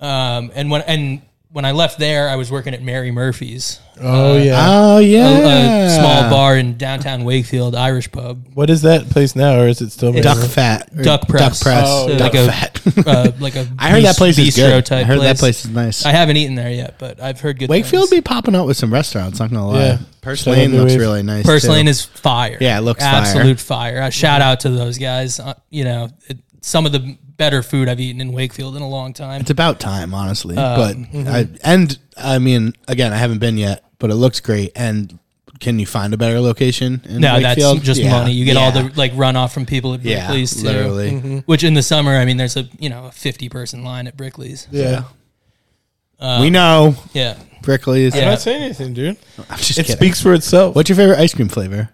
Um, and when and when I left there, I was working at Mary Murphy's, oh yeah. Oh yeah, Uh, a, a small bar in downtown Wakefield, Irish pub, what is that place now, or is it still It's- Duck fat, or Duck Press. duck press, Oh, duck Duck yeah. fat. uh, like a I heard that place is bistro good. I type heard that place. place is nice. I haven't eaten there yet, but I've heard good. Wakefield be things. popping out with some restaurants. I'm not gonna lie. Yeah. Purse Shout out Lane to looks Wave. really nice. Purse too. Lane is fire. Yeah, it looks fire. absolute fire. I shout out to those guys. Uh, you know, Uh, it, some of the better food I've eaten in Wakefield in a long time. It's about time, honestly. Uh, but mm-hmm. I, and I mean, again, I haven't been yet, but it looks great. And can you find a better location? In No, Wakefield? that's just Yeah, money. You get all yeah, the like runoff from people at yeah, Brickley's too. Mm-hmm. literally. Mm-hmm. Which in the summer, I mean, there's a you know a 50 person line at Brickley's. Yeah. we know Yeah, Brickley's. Uh, Yeah. I'm not saying anything, dude. I'm just It kidding. speaks for itself. What's your favorite ice cream flavor?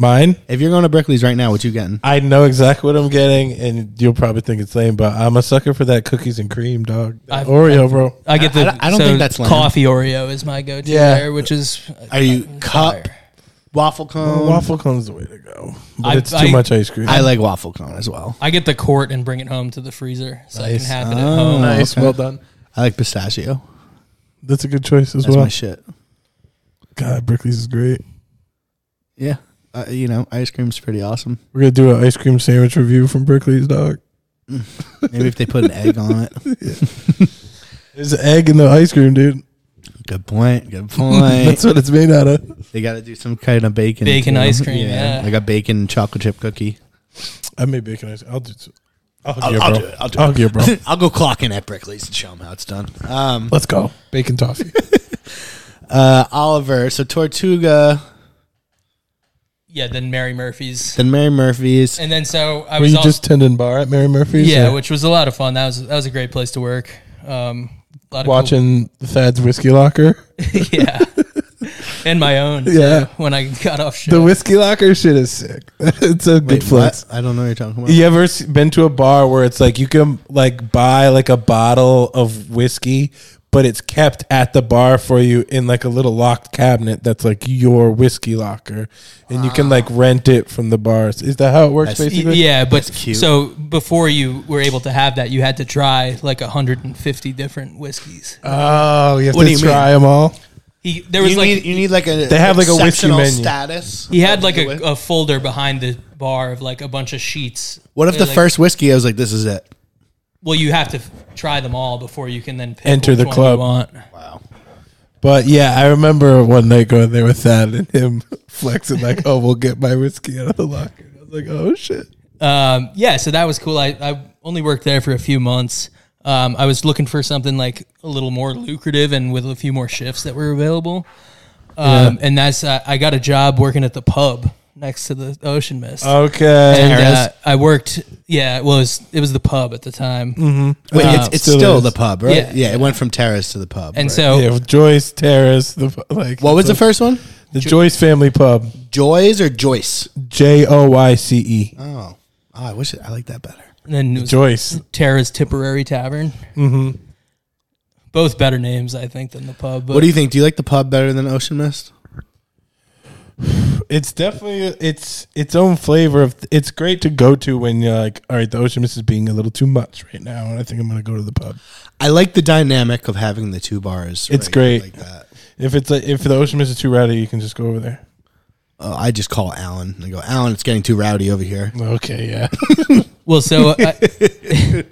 Mine? If you're going to Brickley's right now, what you getting? I know exactly what I'm getting, and you'll probably think it's lame, but I'm a sucker for that cookies and cream, dog. That I've- Oreo, bro. I get I- I the. don't- I don't think that's lame. coffee Oreo is my go-to Yeah. there, which is uh, Are you cup, fire. waffle cone? Waffle cone's the way to go, but I- it's too Um, I- much ice cream. I like waffle cone as well. I get the quart and bring it home to the freezer so Nice. Oh, I can have it at home. nice, okay. well done. I like pistachio. That's a good choice as That's well. my shit. God, Brickley's is great. Yeah. Uh, you know, ice cream's pretty awesome. We're gonna do an ice cream sandwich review from Brickley's, dog. Maybe if they put an egg on it. There's an egg in the ice cream, dude. Good point. Good That's point. what it's made out of. they got to do some kind of bacon. Bacon ice cream, yeah. I got bacon and chocolate chip cookie. I made bacon ice. I'll do. Some. I'll, hug I'll, you, I'll bro. do it. I'll do I'll it. hug you, bro. I'll go clock in at Brickley's and show them how it's done. Um, Let's go. Bacon toffee. uh, Oliver. So Tortuga, Yeah, then Mary Murphy's, then Mary Murphy's. and then so I Were was you al- just tending bar at Mary Murphy's? yeah, or which was a lot of fun. That was that was a great place to work. Um, a lot of cool- watching Thad's whiskey locker. yeah, and my own. Yeah. when I got off shift. The whiskey locker shit is sick. it's a good Wait, flex. what? I don't know what you're talking about. You ever s- been to a bar where it's like you can like buy like a bottle of whiskey, but it's kept at the bar for you in like a little locked cabinet that's like your whiskey locker, and you can like rent it from the bars. Is that how it works? That's- basically, yeah, but cute. so before you were able to have that, you had to try like 150 different whiskeys. Oh, you have What to do you try them all. He there was you like need, you need like a They have, like, a whiskey exceptional menu. status. he had like a, What a folder behind the bar of like a bunch of sheets. if the Like, first whiskey? I was like, this is it. Well, you have to f- try them all before you can then pick Enter which the one club. You want. Wow. But yeah, I remember one night going there with Thad and him flexing like, "Oh, we'll get my whiskey out of the locker." And I was like, "Oh shit." Um, yeah, so that was cool. I, I only worked there for a few months. Um, I was looking for something like a little more lucrative and with a few more shifts that were available. Um, And that's uh, I got a job working at the pub next to the Ocean Mist. Oh, Okay. and Harrah's? uh, I worked. Yeah, well, it was it was the pub at the time, Wait, Uh, it's, it's still still, is. the pub, right? Yeah. Yeah. it went from terrace to the pub. and right? so yeah, with Joyce Terrace, the fu- like. what was the first one? The Joyce Family Pub. Joyce or Joyce? J O Y C E. Oh, oh I wish it, I like that better. then it was Joyce. Tara's Tipperary Tavern. Mm-hmm. Both better names, I think, than the pub. But What do you think? Do you like the pub better than Ocean Mist? It's definitely it's its own flavor of. It's great to go to when you're like, all right, the Ocean Mist is being a little too much right now, and I think I'm gonna go to the pub. I like the dynamic of having the two bars. It's right great. Like that. If it's like, if the Ocean Mist is too rowdy, you can just go over there. Oh, I just call Alan and I go, Alan, it's getting too rowdy over here. Okay, yeah. Well, so I,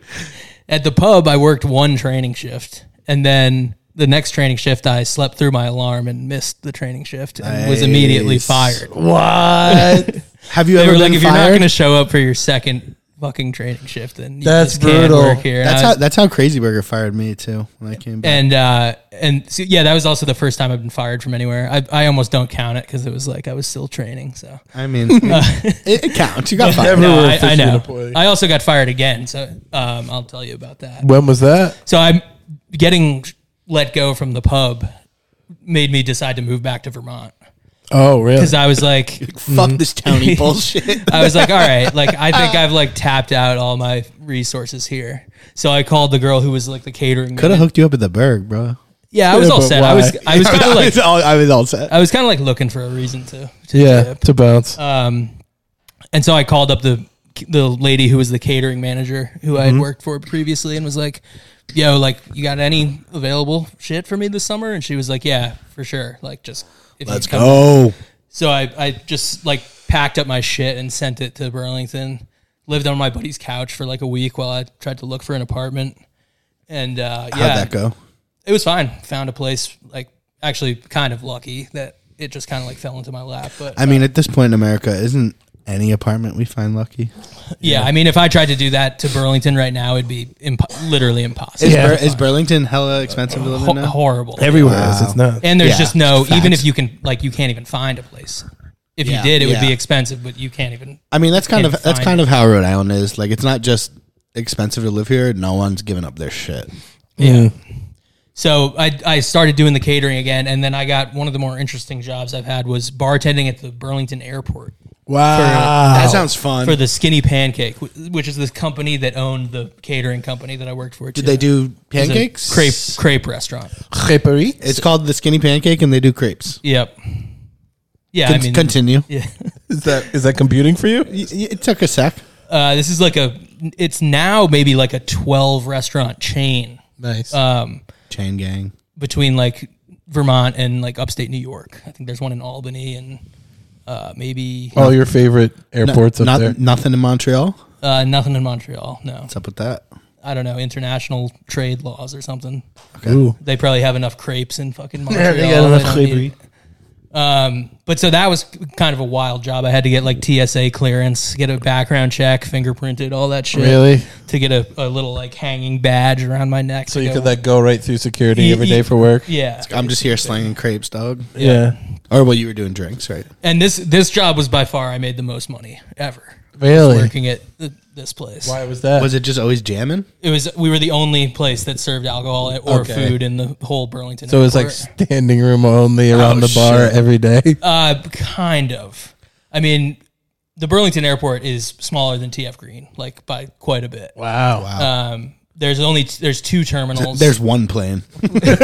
at the pub, I worked one training shift, and then the next training shift, I slept through my alarm and missed the training shift and was immediately Nice. fired. what? Have you They ever were been like, if you're not fired? going to show up for your second fucking training shift, then you That's just can't brutal. work here. And that's I how was- that's how Crazy Burger fired me too when I came back. and uh, and so, yeah, that was also the first time I've been fired from anywhere. I, I almost don't count it because it was like I was still training. So I mean, it, it counts. You got fired. Never no, were I, I officially know. employed. I also got fired again. So um, I'll tell you about that. When was that? So I'm getting let go from the pub made me decide to move back to Vermont Oh, really? because I was like, Fuck this towny bullshit. I was like, all right, like I think I've like tapped out all my resources here. So I called the girl who was like the catering. Could have man- hooked you up at the Berg, bro. Yeah, I was Yeah, all but set. I was, why? I was kind of like, was all, I was all set. I was kind of like looking for a reason to, to Yeah, dip. to bounce. Um, and so I called up the the lady who was the catering manager who I Mm-hmm. had worked for previously and was like, "Yo, like, you got any available shit for me this summer?" And she was like, "Yeah, for sure. Like, just if Let's you come." go. So I I just like packed up my shit and sent it to Burlington. Lived on my buddy's couch for like a week while I tried to look for an apartment. And uh, yeah, How'd that go? it was fine. Found a place like actually kind of lucky that it just kind of like fell into my lap. But I mean, at this point in America, isn't any apartment we find lucky. Yeah, I mean, if I tried to do that to Burlington right now, it'd be impo- literally impossible. Is, Yeah. Bur- is Burlington hella expensive to live Ho- in now? horrible. Everywhere else, it's not. and there's Yeah, just no, even facts. if you can, like, you can't even find a place. If Yeah, you did, it would yeah. be expensive, but you can't even. I mean, that's kind Can't of that's find kind it. of how Rhode Island is. Like, it's not just expensive to live here. No one's giving up their shit. yeah. So I, I started doing the catering again, and then I got one of the more interesting jobs I've had was bartending at the Burlington Airport Wow. That sounds fun. for the Skinny Pancake, wh- which is this company that owned the catering company that I worked for. Did they do pancakes? crepe crepe restaurant? It's called the Skinny Pancake, and they do crepes. Yep. Yeah, I Con- mean, continue. yeah. Is that is that computing for you? Y- y- It took a sec. Uh, this is like a. It's now maybe like a twelve restaurant chain um, Nice. Uh, Chain gang. between like Vermont and like upstate New York. I think there's one in Albany and uh, maybe All your favorite airports up Not- there. Nothing in Montreal. uh, nothing in Montreal. No, What's up with that? I don't know international trade laws or something. Ooh. They probably have enough crepes in fucking Yeah, Montreal. they got enough They don't creperie. need- Um, but so that was kind of a wild job. I had to get like TSA clearance, get a background check, fingerprinted, all that shit. Really? To get a, a little like hanging badge around my neck. So you could like. like go right through security Ye- every ye- day for work. Yeah. I'm just here slanging crepes, dog. Yeah. Or well, you were doing drinks, right? And this this job was by far I made the most money ever. Really? Working at th- this place. Why was that? Was it just always jamming? It was we were the only place that served alcohol or Okay. food in the whole Burlington. so it was like airport. standing room only around the bar every day. uh kind of. I mean, the Burlington airport is smaller than TF Green like by quite a bit. wow. Wow. Um there's only t- there's two terminals. There's one plane. uh,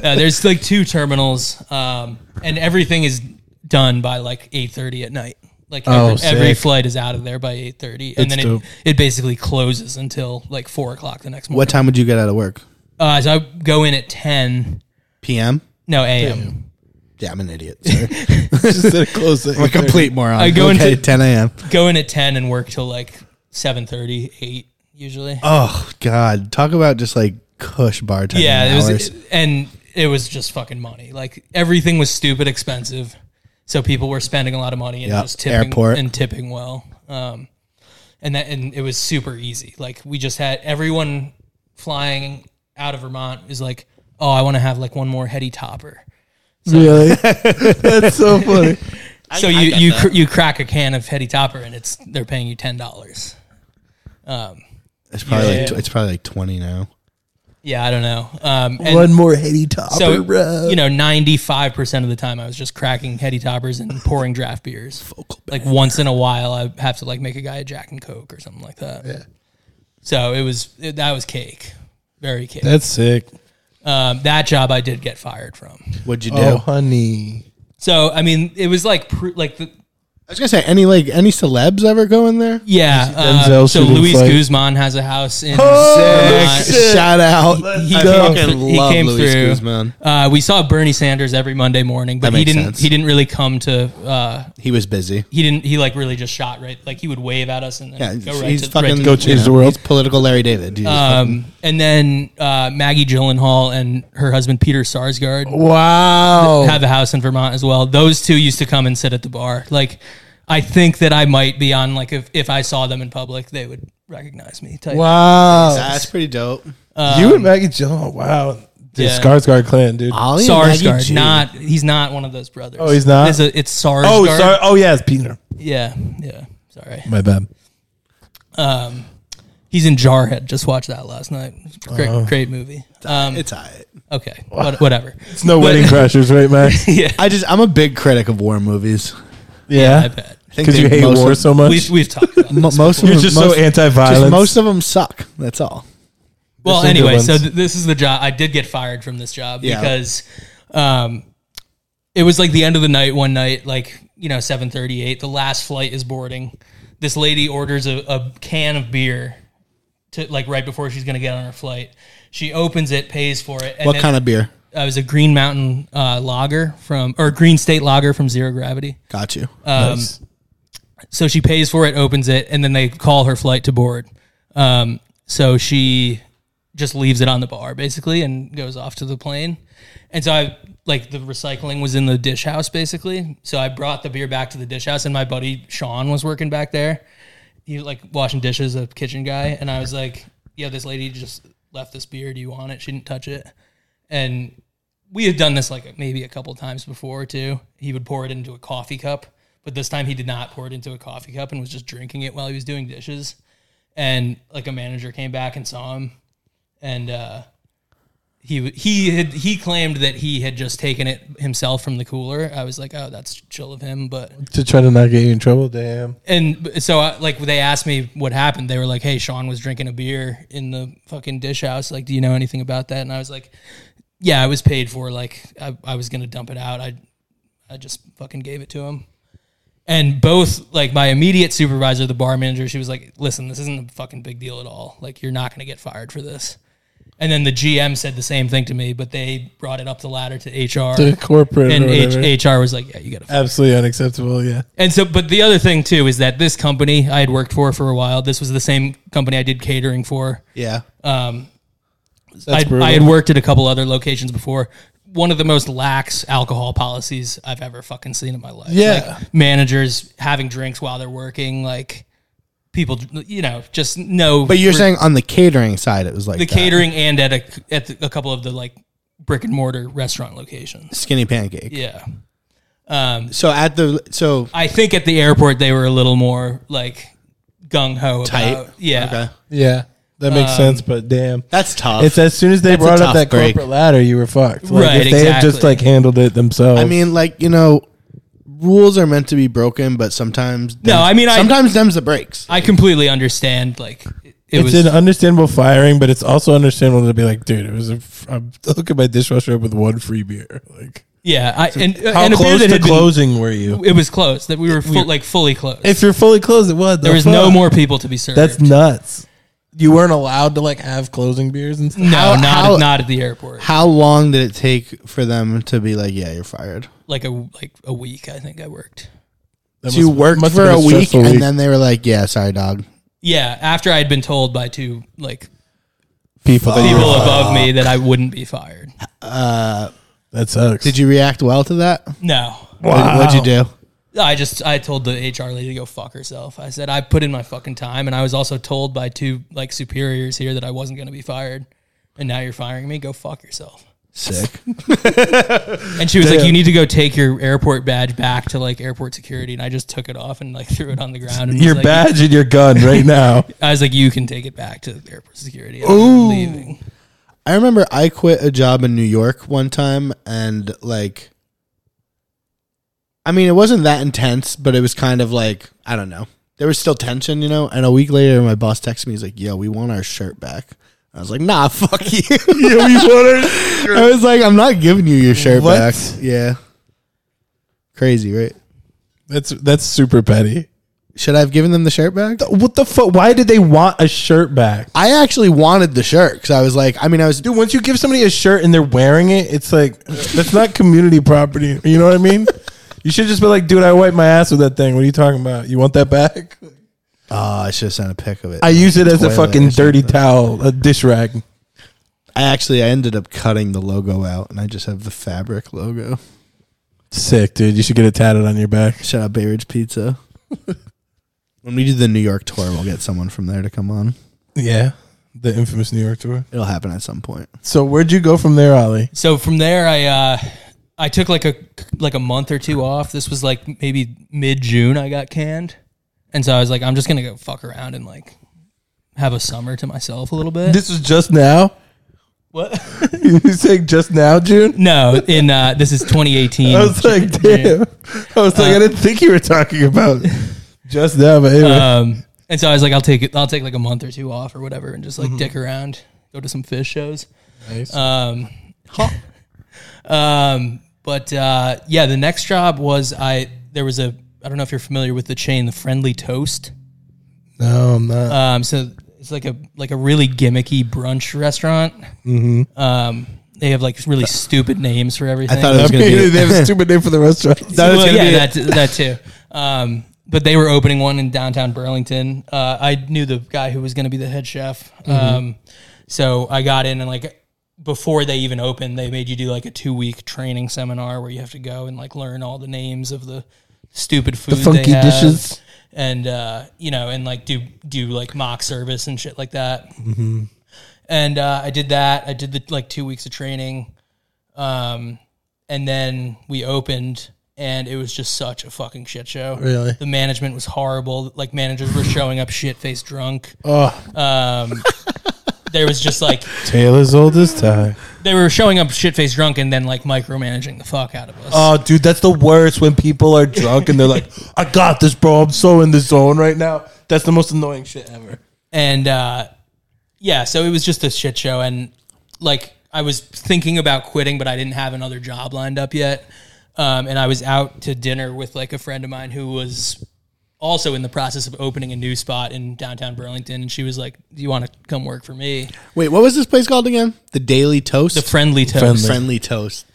there's like two terminals, um, and everything is done by like eight thirty at night. Like Oh, every, every sick. flight is out of there by eight thirty, and That's then dope. it, it basically closes until like four o'clock the next morning. What time would you get out of work? Uh, so I go in at ten, PM. no a.m. Yeah, I'm an idiot. Sorry. Just said close it. I'm a complete moron. I go okay, into- 10 a.m. Go in at ten and work till like 7:30, 8 usually. Oh God, talk about just like cush bartending yeah, it hours. was, and it was just fucking money. Like everything was stupid expensive, so people were spending a lot of money and Yep, just tipping airport. and tipping well. Um, and that and it was super easy. Like we just had everyone flying out of Vermont is like, oh, I want to have like one more heady topper. Really? That's so funny. so you you cr- you crack a can of heady topper and it's they're paying you ten dollars. it's probably yeah. like, tw- it's probably like 20 now. Yeah, I don't know. Um, and One more heady topper, so bro. you know, ninety five percent of the time I was just cracking heady toppers and pouring draft beers. Like once in a while, I have to like make a guy a Jack and Coke or something like that. Yeah. So it was it, that was cake, very cake. That's sick. um, that job I did get fired from. What'd you do? Oh, honey. So I mean, it was like pr- like the I was gonna say any like any celebs ever go in there? yeah. Uh, Denzel so shooting Luis fight. Guzman has a house Sick. in. Vermont. Shout out. He Oh, I came fucking through- he love came Luis through. Guzman. Uh, we saw Bernie Sanders every Monday morning, but That he makes didn't. sense. He didn't really come to. Uh, He was busy. he didn't. He like really just shot right. Like he would wave at us and Yeah, then go right he's to fucking right to- Go change the world. He's political Larry David. He's um, and then uh, Maggie Gyllenhaal and her husband Peter Sarsgaard Oh. Wow. have a house in Vermont as well. Those two used to come and sit at the bar. Like, I think that I might be on. Like, if if I saw them in public, they would recognize me. Type. Um, Wow. fucking- that's pretty dope. you and Maggie Gyllenhaal. Wow. The yeah. Skarsgård clan, dude. Ollie and Maggie Sarsgaard, G. not he's not one of those brothers. Oh, he's not? It's, a, it's Sarsgaard. oh, sorry. Oh, yeah, it's Peter. Yeah, yeah. Sorry. My bad. Um, he's in Jarhead. Just watched that last night. Great, Uh-huh. great movie. Um, It's alright. okay, what, whatever. It's no wedding crashers, right, Max? yeah, I just I'm a big critic of war movies. I Yeah. bet. I think Because they- you hate most war of, so much. We've we've talked about. m- It. most of You're them- just most, so anti-violence. Just most of them suck. That's all. Well, some good anyway, ones. so th- this is the job. I did get fired from this job Yeah. because, um, it was like the end of the night one night, like you know, seven thirty eight. The last flight is boarding. This lady orders a, a can of beer to like right before she's going to get on her flight. She opens it, pays for it. And What then- kind of beer? I was a Green Mountain uh, lager from, or Green State lager from Zero Gravity. Got you. Uh, Nice. So she pays for it, opens it, and then they call her flight to board. Um, so she just leaves it on the bar basically and goes off to the plane. And so I like the recycling was in the dish house basically. So I brought the beer back to the dish house, and my buddy Sean was working back there. He like washing dishes, a kitchen guy, and I was like, "Yeah, this lady just left this beer. Do you want it?" She didn't touch it, and we had done this like maybe a couple times before too. He would pour it into a coffee cup, but this time he did not pour it into a coffee cup and was just drinking it while he was doing dishes. And like a manager came back and saw him, and uh, he he had he claimed that he had just taken it himself from the cooler. I was like, oh, that's chill of him, but to try to not get you in trouble. Damn. and b- so I, like they asked me what happened they were like hey sean was drinking a beer in the fucking dish house like do you know anything about that and i was like yeah i was paid for like i, I was gonna dump it out i i just fucking gave it to him and both like my immediate supervisor the bar manager she was like listen this isn't a fucking big deal at all like you're not gonna get fired for this and then the gm said the same thing to me but they brought it up the ladder to hr To corporate and or whatever. H- hr was like yeah you gotta Absolutely unacceptable. Yeah. and so, but the other thing too is that this company I had worked for for a while. This was the same company I did catering for. Yeah. uh, That's I'd- brutal. I had worked at a couple other locations before. One of the most lax alcohol policies I've ever fucking seen in my life. Yeah. Like, managers having drinks while they're working, like people, you know, just no. But you're saying on the catering side, it was like the that. catering and at a at the, a couple of the like brick and mortar restaurant locations. skinny pancake. Yeah. So at the so I think at the airport they were a little more like gung ho Tight? about Uh, yeah. okay, yeah. That makes sense, but damn. that's tough. It's as soon as they That's a brought tough up that break. corporate ladder, you were fucked. Like, Right, If they had just exactly. like handled it themselves. I mean, like you know, rules are meant to be broken, but sometimes No, I mean, I- sometimes them's the breaks. I completely understand. Like it, it it's was, an understandable firing, but it's also understandable to be like, dude, it was a. F- I'm looking at my dishwasher up with one free beer. Like, yeah. I, and uh, how and a beer close that to had been- closing were you? it was close. That we were full, like fully closed. If you're fully closed, it was. there was no more people to be served. That's nuts. You weren't allowed to like have closing beers and stuff. no, How- not how- not at the airport. How long did it take for them to be like, yeah, you're fired? like a like a week, I think I worked. That So you must- worked must for have a been week, stressful and then they were like, yeah, sorry, dog. Yeah, after I had been told by two like people that, people above me that I wouldn't be fired. that sucks. Did you react well to that? No. What, what'd you do? I just I told the HR lady to go fuck herself. I said I put in my fucking time, and I was also told by two like superiors here that I wasn't going to be fired, and now you're firing me. Go fuck yourself. Sick. And she was like, "You need to go take your airport badge back to like airport security." And I just took it off and like threw it on the ground. And was your like, badge and your gun right now. I was like, "You can take it back to the airport security." I'm leaving. I remember I quit a job in New York one time and like I mean it wasn't that intense, but it was kind of like I don't know. There was still tension, you know, and a week later my boss texted me, he's like, Yo, we want our shirt back. I was like, nah, fuck you. I was like, I'm not giving you your shirt What? back. Yeah. Crazy, right? That's that's super petty. Should I have given them the shirt back? What the fuck? Why did they want a shirt back? I actually wanted the shirt because I was like, I mean, I was Dude, once you give somebody a shirt and they're wearing it, it's like that's not community property. You know what I mean? You should just be like, dude, I wiped my ass with that thing. What are you talking about? You want that back? Oh, I should have sent a pic of it. I use it as a Toilet fucking or dirty towel, a dish rag. I actually I ended up cutting the logo out and I just have the fabric logo. Sick, dude. You should get it tatted on your back. Shout out Bay Ridge Pizza. when we do the New York tour, we'll get someone from there to come on. Yeah. The infamous New York tour. It'll happen at some point. So where'd you go from there, Ollie? So from there, I uh, I took like a like a month or two off. This was like maybe mid June. I got canned, and so I was like, I'm just gonna go fuck around and like have a summer to myself a little bit. This was just now. what? you saying just now, June? no, in uh, this is 2018. I was like, damn. I was like, I didn't think you were talking about just now, but anyway. um, and so I was like, I'll take it. I'll take like a month or two off or whatever, and just like dick around, go to some fish shows. Nice. Um, um, but uh, yeah, the next job was I. There was a. I don't know if you're familiar with the chain, the Friendly Toast. no, I'm not. Um, so it's like a like a really gimmicky brunch restaurant. Mm-hmm. Um, they have like really stupid names for everything. I thought it was I gonna mean, they be have a stupid name for the restaurant. Well, yeah, that, that too. Um, but they were opening one in downtown Burlington. Mm-hmm. Uh, I knew the guy who was going to be the head chef. Um, so I got in and like before they even opened, they made you do like a two week training seminar where you have to go and like learn all the names of the stupid food, funky they have dishes. and uh, you know, and like do do like mock service and shit like that. And uh, I did that. I did the like two weeks of training, um, and then we opened. And it was just such a fucking shit show. Really? the management was horrible. Like managers were showing up shit faced drunk. Um, there was just like Taylor's old as time. they were showing up shit faced drunk and then like micromanaging the fuck out of us. Oh, dude, that's the worst when people are drunk and they're like, I got this, bro. I'm so in the zone right now. That's the most annoying shit ever. and uh, yeah, so it was just a shit show. And like I was thinking about quitting, but I didn't have another job lined up yet. Um, and I was out to dinner with like a friend of mine who was also in the process of opening a new spot in downtown Burlington. And she was like, "Do you want to come work for me?" Wait, what was this place called again? The Daily Toast? The friendly toast. Friendly Toast.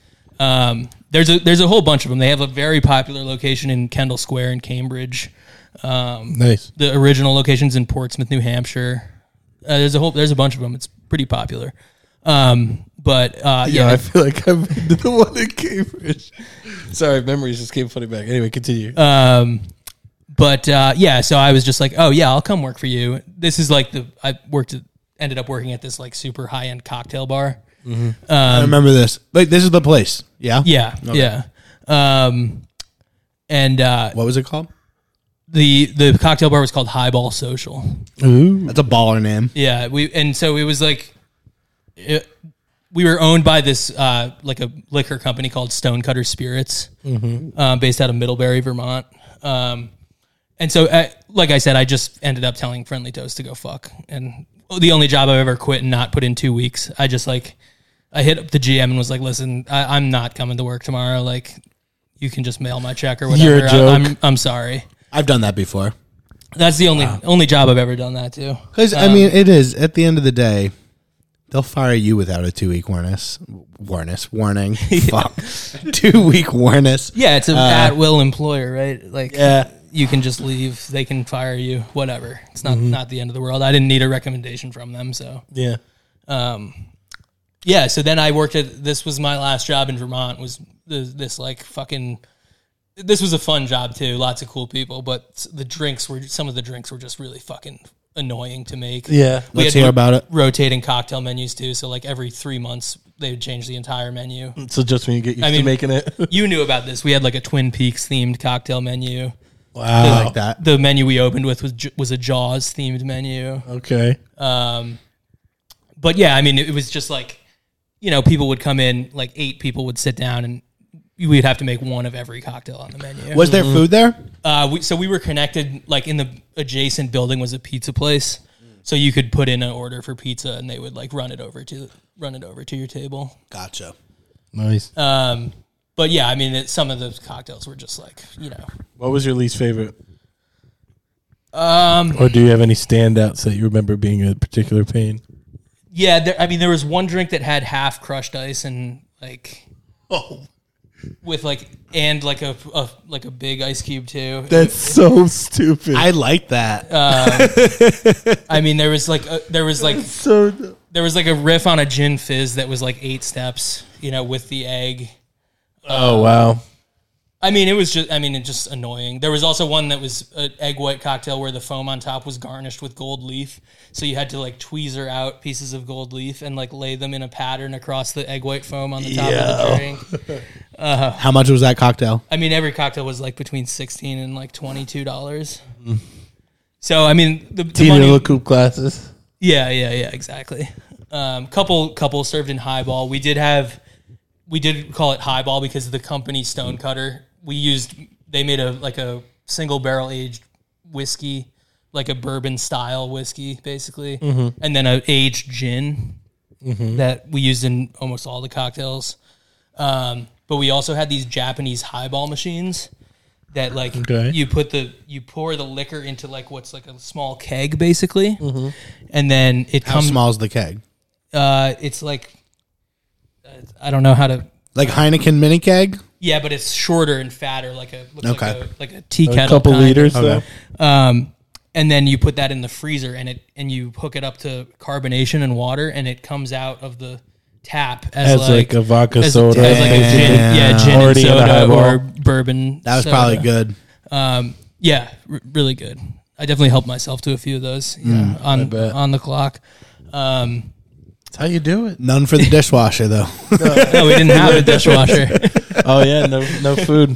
Um, there's a there's a whole bunch of them. They have a very popular location in Kendall Square in Cambridge. Um, Nice. the original locations in Portsmouth, New Hampshire. Uh, there's a whole there's a bunch of them. It's pretty popular. Um, but uh, Yeah, yeah, I feel like I've been to the one in Cambridge. Sorry, memories just came flooding back. Anyway, continue. um, but uh, yeah. So I was just like, oh yeah, I'll come work for you. This is like the I worked at, ended up working at this like super high end cocktail bar. I remember this. Like, this is the place. Yeah? Um, Yeah, yeah. Um, and uh, What was it called? the the cocktail bar was called Highball Social. That's a baller name. Yeah, we and so it was like, it, we were owned by this uh, like a liquor company called Stonecutter Spirits, Mm-hmm. uh, based out of Middlebury, Vermont. Um, and so, uh, like I said, I just ended up telling Friendly Toast to go fuck. And the only job I've ever quit and not put in two weeks, I just like, I hit up the GM and was like, "Listen, I, I'm not coming to work tomorrow. Like, you can just mail my check or whatever. You're a I, joke. am I'm sorry." I've done that before. That's the only only job I've ever done that to. Because, I mean, it is. At the end of the day, they'll fire you without a two week warness. Warness. Warning. Fuck. two week warness. Yeah, it's an Uh, at will employer, right? Like, you can just leave. They can fire you. Whatever. It's Mm-hmm. not not the end of the world. I didn't need a recommendation from them, so yeah. Um, yeah. So then I worked at this was my last job in Vermont. Was this, this like fucking? This was a fun job too. Lots of cool people, but the drinks were some of the drinks were just really fucking annoying to make. Yeah. We Let's had hear about it. rotating cocktail menus too. So like every three months they would change the entire menu. So just when you get used I to mean- making it. you knew about this. We had like a Twin Peaks themed cocktail menu. Wow. Like that. the menu we opened with was J- was a Jaws themed menu. Okay. But yeah, I mean, it, it was just like, you know, people would come in, like eight people would sit down, and we'd have to make one of every cocktail on the menu. Was there food there? Uh, we, so we were connected, like in the adjacent building was a pizza place, so you could put in an order for pizza, and they would like run it over to run it over to your table. Gotcha. Nice. Um, but yeah, I mean, it, some of those cocktails were just like, you know, what was your least favorite? Um, or do you have any standouts that you remember being a particular pain? yeah. There, I mean, there was one drink that had half crushed ice and like Oh, with like and like a, a like a big ice cube too. that's so stupid. I like that. I mean, there was like a, there was like so there was like a riff on a gin fizz that was like eight steps, you know, with the egg. oh wow. I mean, it was just I mean, it just annoying. There was also one that was an egg white cocktail where the foam on top was garnished with gold leaf, so you had to like tweezer out pieces of gold leaf and like lay them in a pattern across the egg white foam on the top of the drink. How much was that cocktail? I mean, every cocktail was like between sixteen and like twenty two dollars. So I mean, the, the Tina money, LaCoupe glasses. Yeah, yeah, yeah, exactly. Um, couple couple served in highball. We did have we did call it highball because the company Stonecutter we used they made a like a single barrel aged whiskey, like a bourbon style whiskey basically, and then a aged gin that we used in almost all the cocktails. Um, but we also had these Japanese highball machines that like Okay. you put the you pour the liquor into like what's like a small keg basically, and then it How comes. small's the keg? Uh, it's like uh, I don't know how to. Like Heineken mini keg? Yeah, but it's shorter and fatter, like a looks Okay. like a like a tea A kettle. couple kind. liters. though. Okay. Um, and then you put that in the freezer, and it and you hook it up to carbonation and water, and it comes out of the tap As as, like a vodka as soda as like a thing. gin, yeah, gin Already in a and soda highball. or bourbon. That was soda. probably good. Um, yeah, r- really good. I definitely helped myself to a few of those. Yeah, Hmm, on bet. on the clock. Um, That's how you do it. None for the dishwasher though. no, we didn't have a dishwasher. Oh yeah, no no food.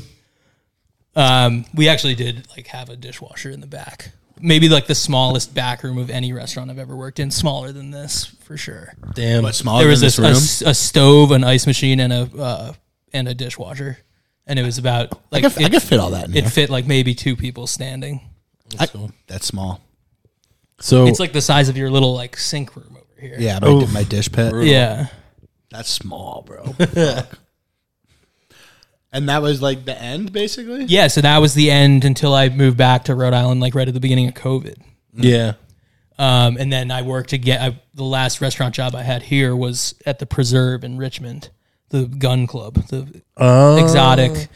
Um, we actually did like have a dishwasher in the back. Maybe like the smallest back room of any restaurant I've ever worked in, smaller than this for sure. Damn. but smaller there was than this a, room. a s- a stove, an ice machine, and a uh, and a dishwasher, and it was about like I, could, I it, could fit all that in it there. fit like maybe two people standing. I- that's small. So It's like the size of your little like sink room over here. Yeah, my, my dish pit. yeah. That's small, bro. and that was like the end, basically. Yeah, so that was the end until I moved back to Rhode Island, like right at the beginning of COVID. yeah. Um, and then I worked again. I, the last restaurant job I had here was at the Preserve in Richmond, the gun club, the exotic,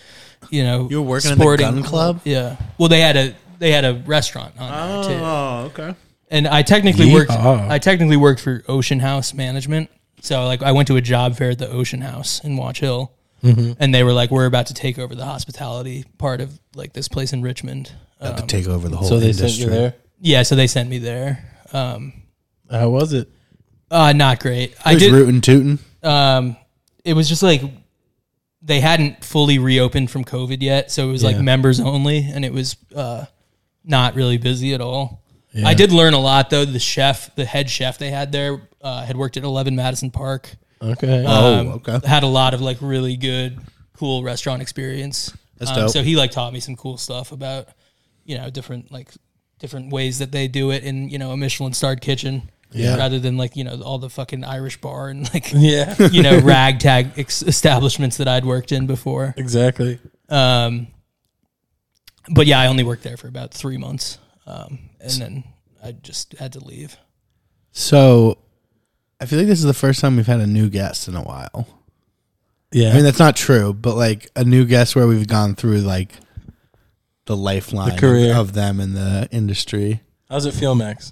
you know, You were working at the sporting gun club? Yeah. Well, they had a they had a restaurant on there too, Oh, okay. and I technically worked. Yeehaw. I technically worked for Ocean House Management. So like, I went to a job fair at the Ocean House in Watch Hill, and they were like, "We're about to take over the hospitality part of like this place in Richmond." Uh, Could take over the whole So they industry. sent you there. yeah, so they sent me there. Um, How was it? uh, not great. I I was did. rootin' tootin'. um, it was just like they hadn't fully reopened from COVID yet, so it was like Yeah. members only, and it was uh, not really busy at all. I did learn a lot though. The chef, the head chef they had there, uh, had worked at Eleven Madison Park. Okay. Um, okay. Had a lot of like really good, cool restaurant experience. That's Um, dope. So he like taught me some cool stuff about, you know, different like different ways that they do it in you know a Michelin starred kitchen. Yeah. Rather than like you know all the fucking Irish bar and like yeah. you know ragtag ex- establishments that I'd worked in before. exactly. Um, but yeah, I only worked there for about three months, um, and then I just had to leave. So I feel like this is the first time we've had a new guest in a while. Yeah. I mean, that's not true, but like a new guest where we've gone through like the lifeline The career. of them in the industry. How's it feel, Max?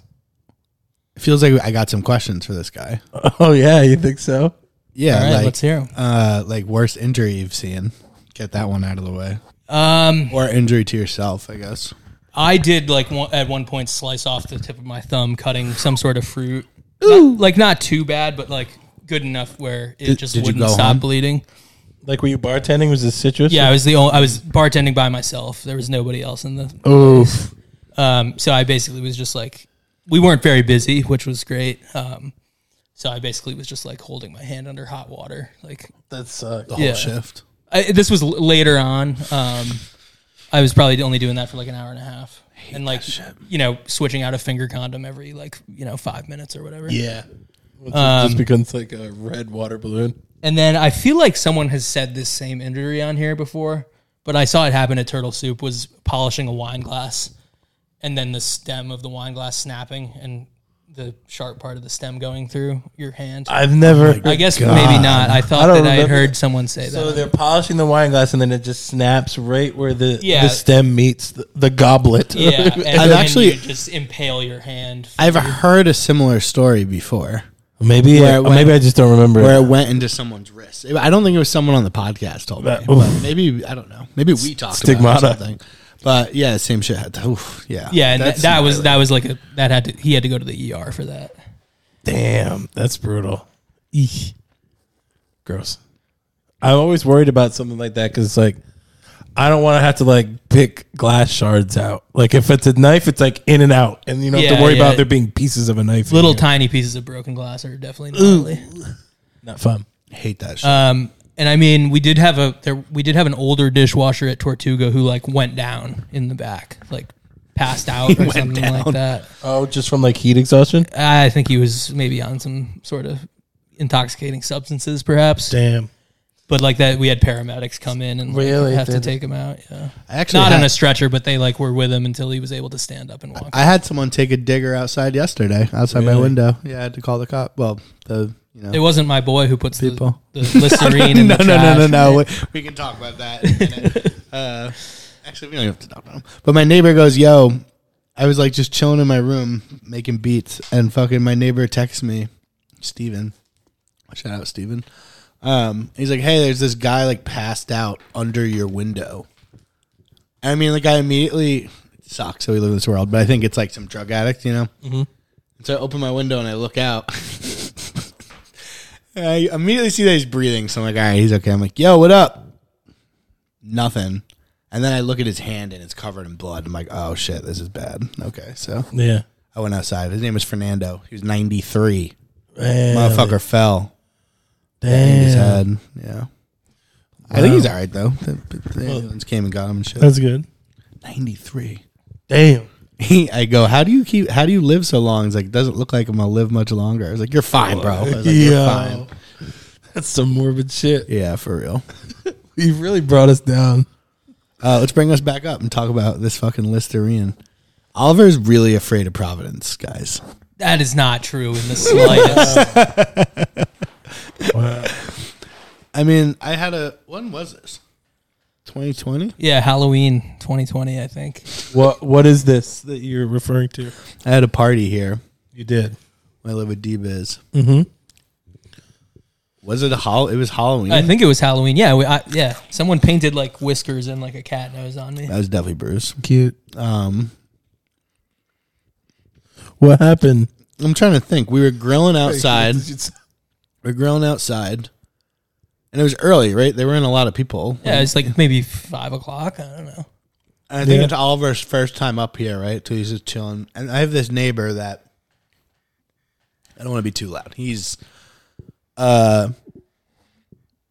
It feels like I got some questions for this guy. Oh yeah, you think so? Yeah, All right, like let's hear 'em. uh, like worst injury you've seen. Get that one out of the way, Um, or injury to yourself, I guess. I did like one, at one point slice off the tip of my thumb cutting some sort of fruit. Not- like not too bad, but like good enough where it Did- just did you wouldn't go stop home? bleeding. Like were you bartending? Was this citrus? Yeah, I was the only, I was bartending by myself. There was nobody else in the Oof. um so I basically was just like we weren't very busy, which was great. Um so I basically was just like holding my hand under hot water. Like That sucked. yeah. Shift. I, this was l- later on. Um, I was probably only doing that for like an hour and a half, and like you know, switching out a finger condom every like you know five minutes or whatever. Yeah. just becomes like a red water balloon. And then I feel like someone has said this same injury on here before, but I saw it happen at Turtle Soup. Was polishing a wine glass, and then the stem of the wine glass snapping and the sharp part of the stem going through your hand. I, I've never. guess maybe not. I thought don't that I had remember. heard someone say that. so they're polishing the wine glass, and then it just snaps right where the Yeah. the stem meets the, the goblet. yeah, and And then actually- you just impale your hand. I've heard a similar story before maybe Where I- it went- maybe I just don't remember. where it. it went into someone's wrist. I don't think it was someone on the podcast told me. That- But maybe I don't know. Maybe we talked Stigmata. about it or something. But yeah, same shit. happened. Oof, yeah, Yeah, and that, That's that was gnarly. that was like a that had to he had to go to the ER for that. Damn, that's brutal. Eek. Gross. I'm always worried about something like that because, like, I don't want to have to like pick glass shards out. Like, if it's a knife, it's like in and out, and you don't have to Yeah, worry yeah. about there being pieces of a knife. in Little here. tiny pieces of broken glass are definitely gnarly. not fun. hate that Uh, shit. Um, and I mean, we did have a there, we did have an older dishwasher at Tortuga who like went down in the back, like passed out or something like that. Oh, just from like heat exhaustion. I think he was maybe on some sort of intoxicating substances, perhaps. Damn. But like that, we had paramedics come in and like, Really? have to Did- take him out. Yeah, I actually not on had- a stretcher, but they like were with him until he was able to stand up and walk. I had someone take a digger outside yesterday, outside my Really? window. Yeah, I had to call the cop. Well, the you know It wasn't my boy who puts the, People. the Listerine in no, the no, no, trash. no, no, We, we can talk about that. In a minute. uh, actually, we don't have to talk about them. But my neighbor goes, "Yo, I was like just chilling in my room making beats, and fucking my neighbor texts me, Steven, Shout out Steven. Um, he's like, hey, there's this guy like passed out under your window. I mean, the guy immediately it sucks. So we live in this world, but I think it's like some drug addict, you know. Mm-hmm. So I open my window and I look out. And I immediately see that he's breathing. So I'm like, all right, he's okay. I'm like, yo, what up? Nothing. And then I look at his hand and it's covered in blood. I'm like, oh shit, this is bad. Okay, so Yeah. I went outside. His name was Fernando. He was Really? 93. Motherfucker fell. in his Damn. head. Yeah. I think he's all right though. The, the ambulance came and got him and shit. That's good. Ninety three. Damn. He, I go, how do you keep? How do you live so long? He's like, doesn't look like I'm gonna live much longer. I was like, you're fine, bro. I was like, you're Yo. fine. That's some morbid shit. Yeah, for real. You really brought us down. Uh, let's bring us back up and talk about this fucking Listerine. Oliver's really afraid of Providence, guys. That is not true in the slightest. I mean, I had a when was this? 2020. yeah, Halloween 2020, I think. What What is this that you're referring to? I had a party here. You did. I live with D Biz. Mm-hmm. Was it a hol? It was Halloween. I think it was Halloween. Yeah, we, I, yeah. Someone painted like whiskers and like a cat nose on me. that was definitely Bruce. Cute. Um, What happened? I'm trying to think. We were grilling outside. we were grilling outside, and it was early, right? There weren't a lot of people. Yeah, it's like maybe five o'clock. I don't know. And I think Yeah. it's Oliver's first time up here, right? So he's just chilling. And I have this neighbor that I don't want to be too loud. He's uh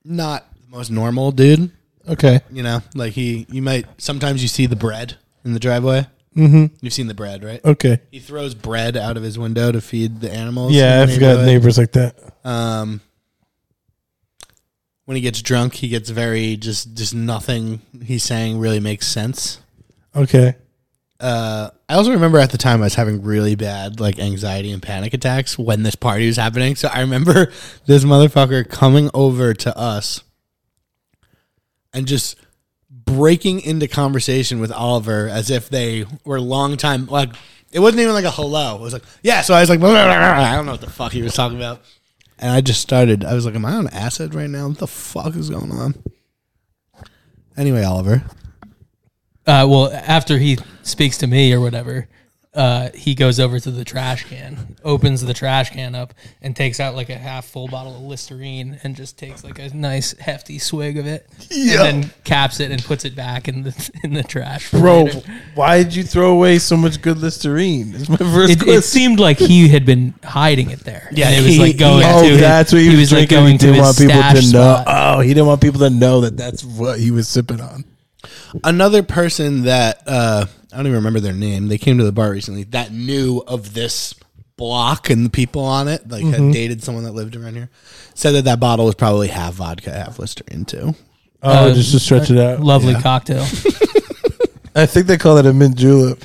not the most normal dude. Okay. You know, like he you might sometimes you see the bread in the driveway. Mm-hmm. You've seen the bread, right? Okay. He throws bread out of his window to feed the animals. Yeah, in the I've got neighborhood. neighbors like that. Um, when he gets drunk, he gets very just just nothing he's saying really makes sense. Okay. Uh, I also remember at the time I was having really bad like anxiety and panic attacks when this party was happening. So I remember this motherfucker coming over to us and just breaking into conversation with Oliver as if they were long time like it wasn't even like a hello. It was like yeah. So I was like I don't know what the fuck he was talking about, and I just started. I was like, am I on acid right now? What the fuck is going on? Anyway, Oliver. Uh, well, after he speaks to me or whatever, uh, he goes over to the trash can, opens the trash can up, and takes out like a half full bottle of Listerine and just takes like a nice hefty swig of it, and then caps it and puts it back in the in the trash. for Bro, later. why did you throw away so much good Listerine? It's my first It, it seemed like he had been hiding it there. Yeah, it was he- like going. Oh, to that's what he, was, like drinking. he didn't want his people to stash know. spot. Oh, he didn't want people to know that that's what he was sipping on. another person that uh, I don't even remember their name. They came to the bar recently that knew of this block and the people on it, like had dated someone that lived around here, said that that bottle was probably half vodka, half Listerine too. Oh, Uh, just to stretch it out. Lovely cocktail. I think they call it a mint julep,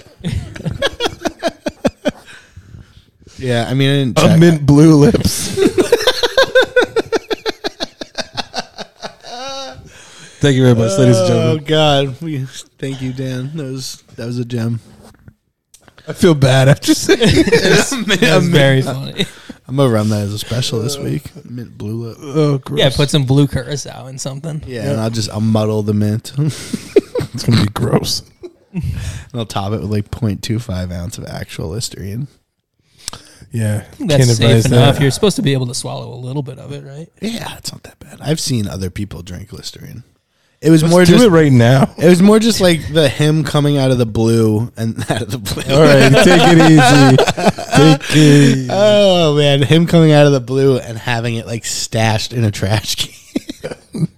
Yeah, I mean, I didn't a check. mint blue lips. Thank you very much, ladies and oh gentlemen. God, we thank you, Dan. That was that was a gem. I feel bad after saying. That's very funny. I'm over on that as a special this week. Mint blue lip. oh, gross. Yeah, put some blue curacao in something. Yeah, and I'll just I'll muddle the mint. and it's gonna be gross. I'll top it with like 0.25 ounce of actual Listerine. Yeah, That's safe enough. that. You're supposed to be able to swallow a little bit of it, right? Yeah, it's not that bad. I've seen other people drink Listerine. It was more Let's do just it right now. It was more just like the him coming out of the blue and out of the blue. All right, take it easy. Take it. easy. Oh man, him coming out of the blue and having it like stashed in a trash can.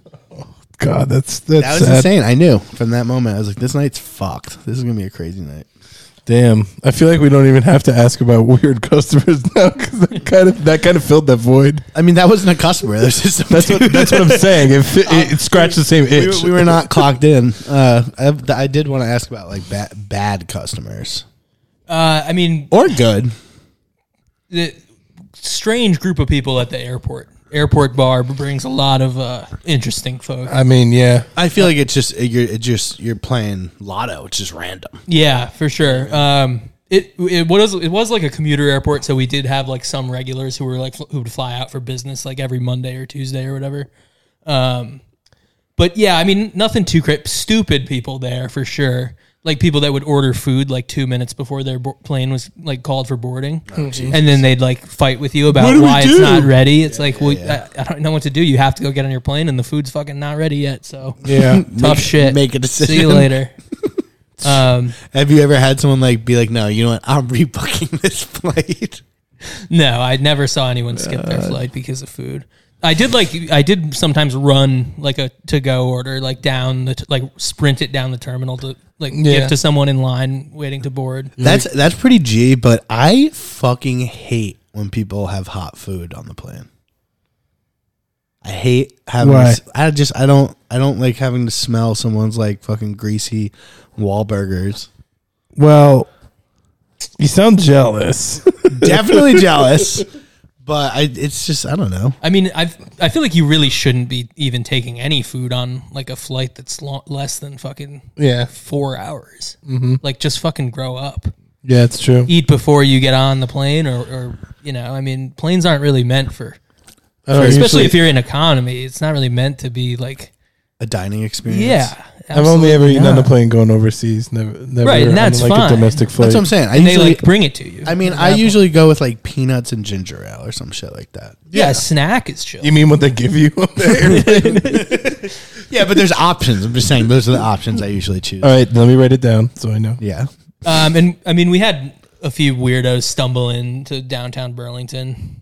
God, that's that's That was sad. insane. I knew from that moment. I was like, this night's fucked. This is gonna be a crazy night. Damn, I feel like we don't even have to ask about weird customers now because that kind of that kind of filled that void. I mean, that wasn't a customer. That's just some That's what that's what I'm saying. It, fit, it, it scratched the same we, itch. were, we were not clocked in. Uh, I, I did want to ask about like ba- bad customers Uh, I mean, or good. the strange group of people at the airport. Airport bar brings a lot of uh, interesting folk. I mean, yeah, I feel like it's just you're it's just you're playing lotto. It's just random. Yeah, for sure. Um, It it was it was like a commuter airport, so we did have like some regulars who were like who would fly out for business like every Monday or Tuesday or whatever. Um, but yeah, I mean nothing too cra Stupid people there for sure. Like people that would order food like two minutes before their bo- plane was like called for boarding, Oh, and then they'd like fight with you What about do we why it's do? not ready. It's like well, I, I don't know what to do. You have to go get on your plane, and the food's fucking not ready yet. So Yeah. tough shit. make a See decision. you later. um, Have you ever had someone like be like, "No, you know what? I'm rebooking this flight." no, I never saw anyone skip their Uh, flight because of food. I did like I did sometimes run like a to go order like down the t- like sprint it down the terminal to like Yeah. give to someone in line waiting to board. That's that's pretty G, but I fucking hate when people have hot food on the plane. I hate having. Why? s- I just I don't I don't like having to smell someone's like fucking greasy Wahlburgers. Well, you sound jealous. Definitely jealous, but I it's just I don't know. I mean, I I feel like you really shouldn't be even taking any food on like a flight that's lo- less than fucking yeah. four hours. Mm-hmm. Like just fucking grow up. Yeah, it's true. Eat before you get on the plane, or or you know, I mean, planes aren't really meant for I don't especially Oh, usually- if you're in economy, it's not really meant to be like A dining experience. yeah. I've only absolutely ever eaten on a not. plane going overseas. Never, never Right, and on, that's like fine. a domestic flight. that's what I'm saying. I And usually they like bring it to you. I mean I usually go with like peanuts and ginger ale or some shit like that. yeah, a snack is chill. You mean what they give you on the airplane? Yeah, but there's options. I'm just saying those are the options I usually choose. All right, let me write it down so I know. Yeah. Um, and I mean, we had a few weirdos stumble into downtown Burlington.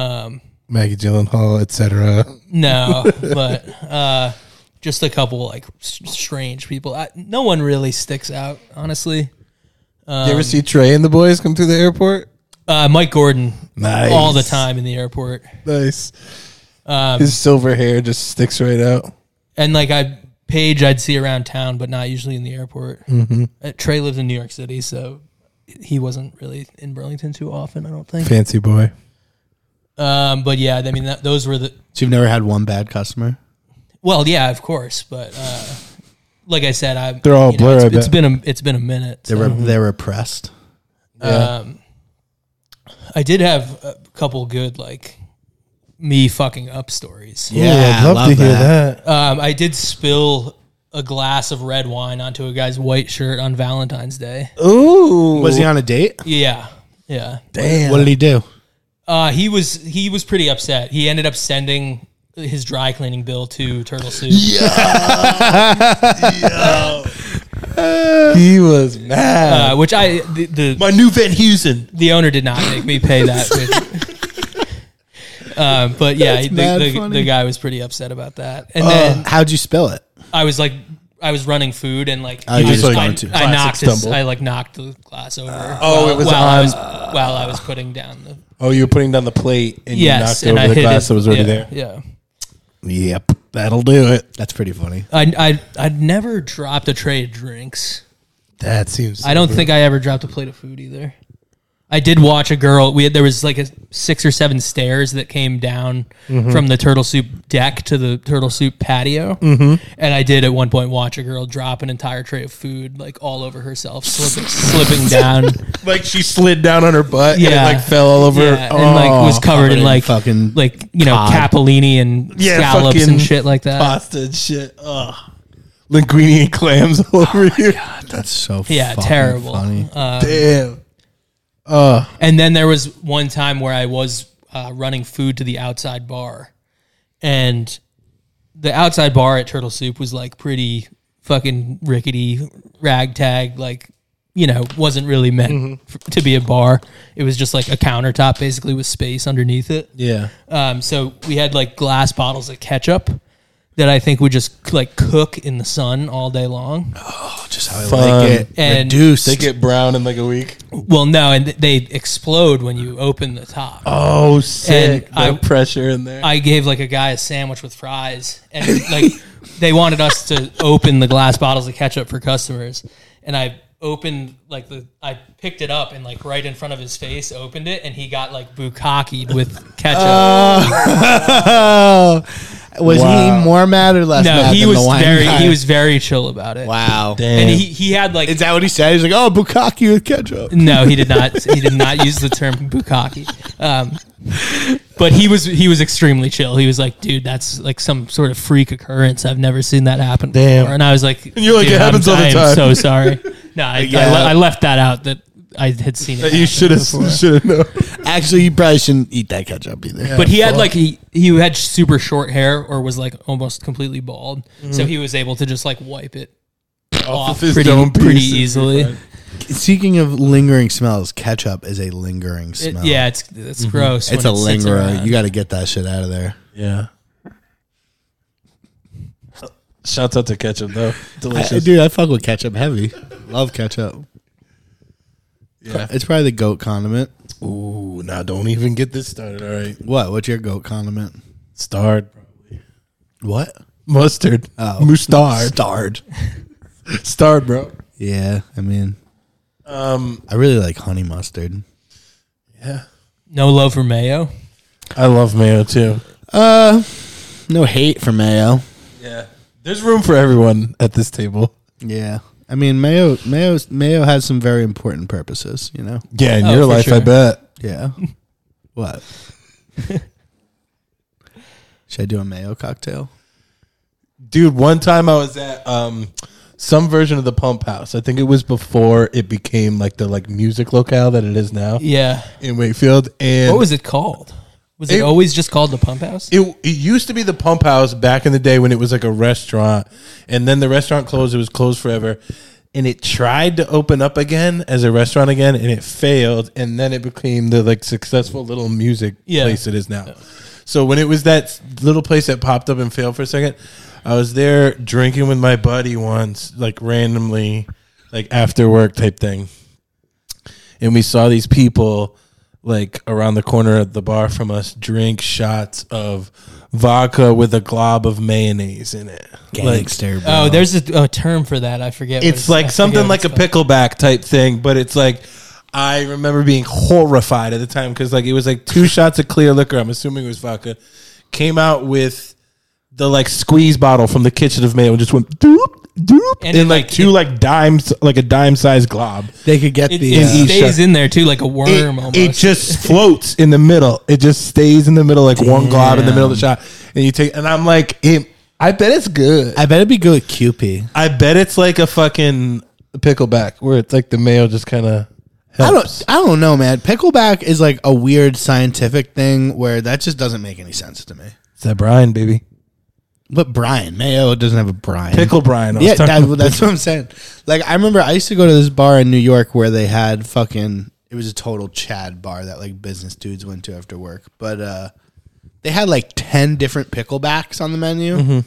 Maggie Gyllenhaal, etc. No, but uh, just a couple like s- strange people. I, no one really sticks out, honestly. Um, you ever see Trey and the boys come through the airport? Uh, Mike Gordon, Nice. all the time in the airport. Nice. Um, His silver hair just sticks right out. and like I Paige, I'd see around town, but not usually in the airport. Mm-hmm. Uh, Trey lives in New York City, so he wasn't really in Burlington too often. I don't think. Fancy boy. Um, but yeah, I mean, that, those were the So you've never had one bad customer? well, yeah, of course, but uh, like I said, I They're all a blur, it's- I it's bet. been a it's been a minute. They were so, they're repressed. um, I did have a couple good like me fucking up stories. Ooh, I'd love, to hear that. Um, I did spill a glass of red wine onto a guy's white shirt on Valentine's Day. Ooh. Was he on a date? Yeah, yeah. Damn. What did he do? Uh, he was he was pretty upset. He ended up sending his dry cleaning bill to Turtle Soup. he was mad. Uh, which I the, the My new Van Heusen. the owner did not make me pay that. with- um, but yeah, the, mad the, funny. the guy was pretty upset about that. And then Uh, How'd you spell it? I was like, I was running food and like you I, just, like, I, wanted to. I knocked Classic his, stumble. I like knocked the glass over. oh, while, it was while I on- was while I was putting down the Oh, you were putting down the plate and yes, you and knocked I over the hit glass it. that was already yeah, there. Yeah. Yep. That'll do it. That's pretty funny. I I I'd never dropped a tray of drinks. That seems. I don't think I ever dropped a plate of food either. I did watch a girl. We had, there was like a six or seven stairs that came down from the turtle soup deck to the turtle soup patio, mm-hmm. and I did at one point watch a girl drop an entire tray of food like all over herself, slipping, slipping down, like she slid down on her butt and it Yeah. like fell all over. yeah, and like was Oh, covered in in like fucking like you know cod. capellini and Yeah, scallops fucking and shit like that. pasta and shit. Ugh. Linguine and clams all Oh over you. That's so Yeah, fucking terrible. Uh, funny. Damn. And then there was one time where I was uh, running food to the outside bar, and the outside bar at Turtle Soup was like pretty fucking rickety, ragtag, like you know, wasn't really meant f- to be a bar. It was just like a countertop basically with space underneath it. Yeah. Um, so we had like glass bottles of ketchup that I think would just like cook in the sun all day long. Just how I Fun. like it. And Reduced. They get brown in like a week. Well, no, and th- they explode when you open the top. Oh, sick. And I- No pressure in there. I gave like a guy a sandwich with fries, and like they wanted us to open the glass bottles of ketchup for customers, and I opened like the I picked it up and like right in front of his face opened it, and he got like bukakied with ketchup. Oh, Was Wow. he more mad or less No, mad he than was the wine very guy? he was very chill about it. Wow. And he, he had like Is that what he said? He's like, oh, bukkake with ketchup. No, he did not. He did not use the term bukkake. Um, but he was he was extremely chill. He was like, "Dude, that's like some sort of freak occurrence. I've never seen that happen Damn. before." And I was like, And you're like, "Dude, "It happens I'm, all the I am time." so sorry. No, I, I, Yeah. le- I left that out. That I had seen it. you happen should have before. should have known. Actually, you probably shouldn't eat that ketchup either. But he had like he he had super short hair or was like almost completely bald, so he was able to just like wipe it Mm-hmm. off, of his pretty dome piece pretty and be easily. fine. Speaking of lingering smells, ketchup is a lingering It- smell. yeah, it's it's Mm-hmm. gross. It's when a it sits lingerer. around. You got to get that shit out of there. Yeah. Shouts out to ketchup though. Delicious. I- dude, I fuck with ketchup heavy. Love ketchup. Yeah. It's probably the goat condiment. Ooh, now don't even get this started. All right. What? What's your goat condiment? Starred. What? Mustard. Oh. Mustard. Starred. Starred, bro. Yeah, I mean, Um, I really like honey mustard. yeah. no love for mayo. I love mayo too. Uh, no hate for mayo. Yeah. There's room for everyone at this table. Yeah, I mean mayo. Mayo. Mayo has some very important purposes. You know. Yeah, in Oh, your for life, I sure. bet. Yeah. what? Should I do a mayo cocktail? Dude, one time I was at um some version of the pump house. I think it was before it became like the like music locale that it is now Yeah. in Wakefield. And What was it called? Was it, It- always just called the Pump House? it, it used to be the pump house back in the day when it was like a restaurant and then the restaurant closed it was closed forever and it tried to open up again as a restaurant again and it failed and then it became the like successful little music Yeah. place it is now so when it was that little place that popped up and failed for a second i was there drinking with my buddy once like randomly like after work type thing and we saw these people like around the corner of the bar from us drink shots of vodka with a glob of mayonnaise in it. Like Gangster. bro. oh, there's a, a term for that. I forget. what it's like I forget something what like it's a called. pickleback type thing, but it's like I remember being horrified at the time because like it was like two shots of clear liquor. I'm assuming it was vodka. Came out with the like squeeze bottle from the kitchen of mayo and just went doop doop And and it, in like, like, two it- like dimes like a dime sized glob. They could get It, the. it uh, each stays shot. in there too, like a worm almost. It, it just floats in the middle. It just stays in the middle, like one glob in the middle of the shot. And you take, and I'm like, it, I bet it's good. I bet it'd be good with Cupid. I bet it's like a fucking pickleback where it's like the mayo just kind of I helps. don't. I don't know, man. Pickleback is like a weird scientific thing where that just doesn't make any sense to me. It's that brine, baby. But Brian Mayo doesn't have a Brian. Pickle brine. I was Yeah, talking that, about that's what I'm saying. Like I remember I used to go to this bar in New York where they had fucking it was a total Chad bar that like business dudes went to after work. But uh they had like ten different picklebacks on the menu. And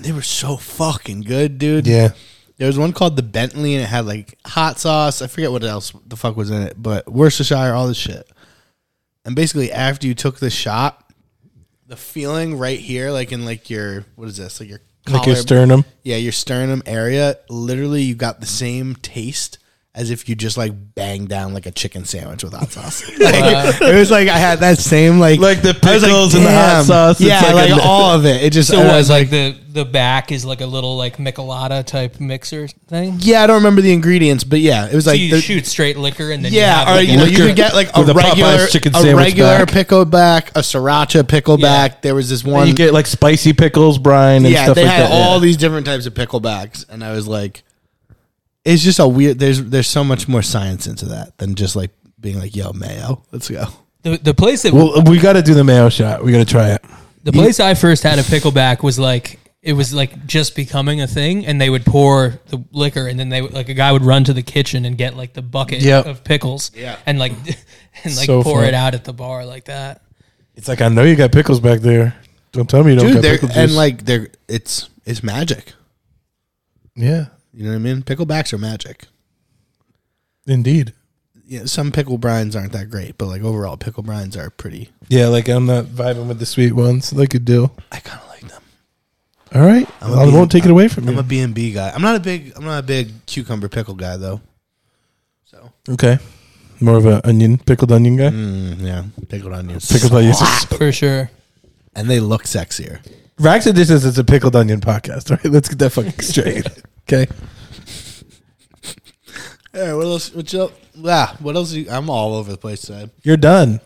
they were so fucking good, dude. Yeah. There was one called the Bentley and it had like hot sauce. I forget what else the fuck was in it, but Worcestershire, all this shit. And basically after you took the shot, the feeling right here, like in like your what is this? Like your Like your collar- sternum. yeah, your sternum area, literally, you got the same taste as if you just like banged down like a chicken sandwich with hot sauce. Uh, Like, It was like I had that same like Like the I was pickles and the hot "Damn." sauce, it's Yeah, like like, a- all of it. It just so I uh, what, was like, the the back is like a little like michelada type mixer thing. yeah, I don't remember the ingredients, but yeah, it was so like you the, shoot straight liquor and then yeah, you have, or like, you know, you liquor could get like a with a Popeye's regular chicken a sandwich regular back. pickleback, a sriracha pickleback. Yeah. There was this And one you get like spicy pickles, brine, and yeah, stuff they like had that. all yeah. these different types of picklebacks, and I was like, it's just a weird. There's there's so much more science into that than just like being like, yo, mayo, let's go. the, the place that well, we got to do the mayo shot. We got to try it. The place I first had a pickleback was like it was like just becoming a thing, and they would pour the liquor, and then they would like a guy would run to the kitchen and get like the bucket Yep. of pickles, yeah, and like and like So pour fun. it out at the bar like that. It's like I know you got pickles back there. Don't tell me you don't Dude, got they're pickle juice. and like they're it's it's magic. yeah, You know what I mean? Picklebacks are magic. indeed. Yeah, some pickle brines aren't that great, but like overall, pickle brines are pretty. Yeah, like I'm not vibing with the sweet ones like a dill. I kind of like them. All right, a I won't bean- take it away from I'm you. a B and B guy. I'm not a big I'm not a big cucumber pickle guy though. okay, Mm. more of an onion, pickled onion guy. Yeah, pickled onions. Pickled onions. For sure. and they look sexier. Racks and Dishes is a pickled onion podcast. All right, let's get that fucking straight. Okay. Hey, what else? What else? Yeah, what else? You, I'm all over the place today. You're done.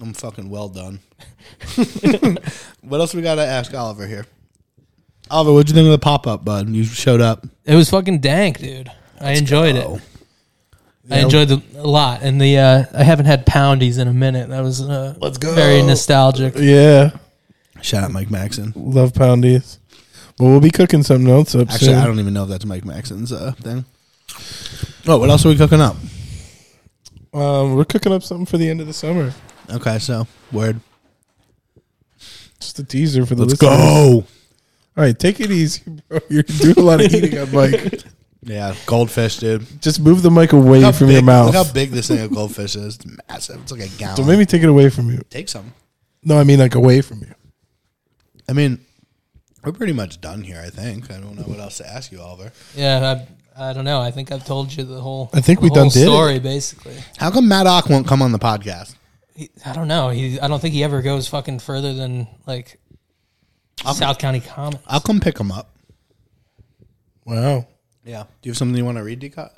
I'm fucking well done. what else we gotta ask Oliver here? Oliver, what'd you think of the pop up, bud? You showed up. Oh, It was fucking dank, dude. I enjoyed it. I enjoyed it a lot, and the uh, I haven't had poundies in a minute. That was uh, let's go. Very nostalgic. Yeah. Shout out Mike Maxon. Love poundies. Well, we'll be cooking something else up Actually, soon. I don't even know if that's Mike Maxon's uh, thing. Oh, what else are we cooking up? um, we're cooking up something for the end of the summer. Okay, so word. Just a teaser for the Let's listeners. go. All right, take it easy, bro. You're doing a lot of eating on Mike. Yeah, goldfish, dude. Just move the mic away Look how from big- your mouth. Look how big this thing of goldfish is. It's massive. It's like a gallon. so maybe take it away from you. take some. No, I mean like away from you. I mean, we're pretty much done here. I think. I don't know what else to ask you, Oliver. Yeah, I, I don't know. I think I've told you the whole. I think the we whole done did it. story basically. How come Madoc won't come on the podcast? He, I don't know. He I don't think he ever goes fucking further than like South County Commons. I'll come pick him up. Wow. Yeah. Do you have something you want to read, Decot?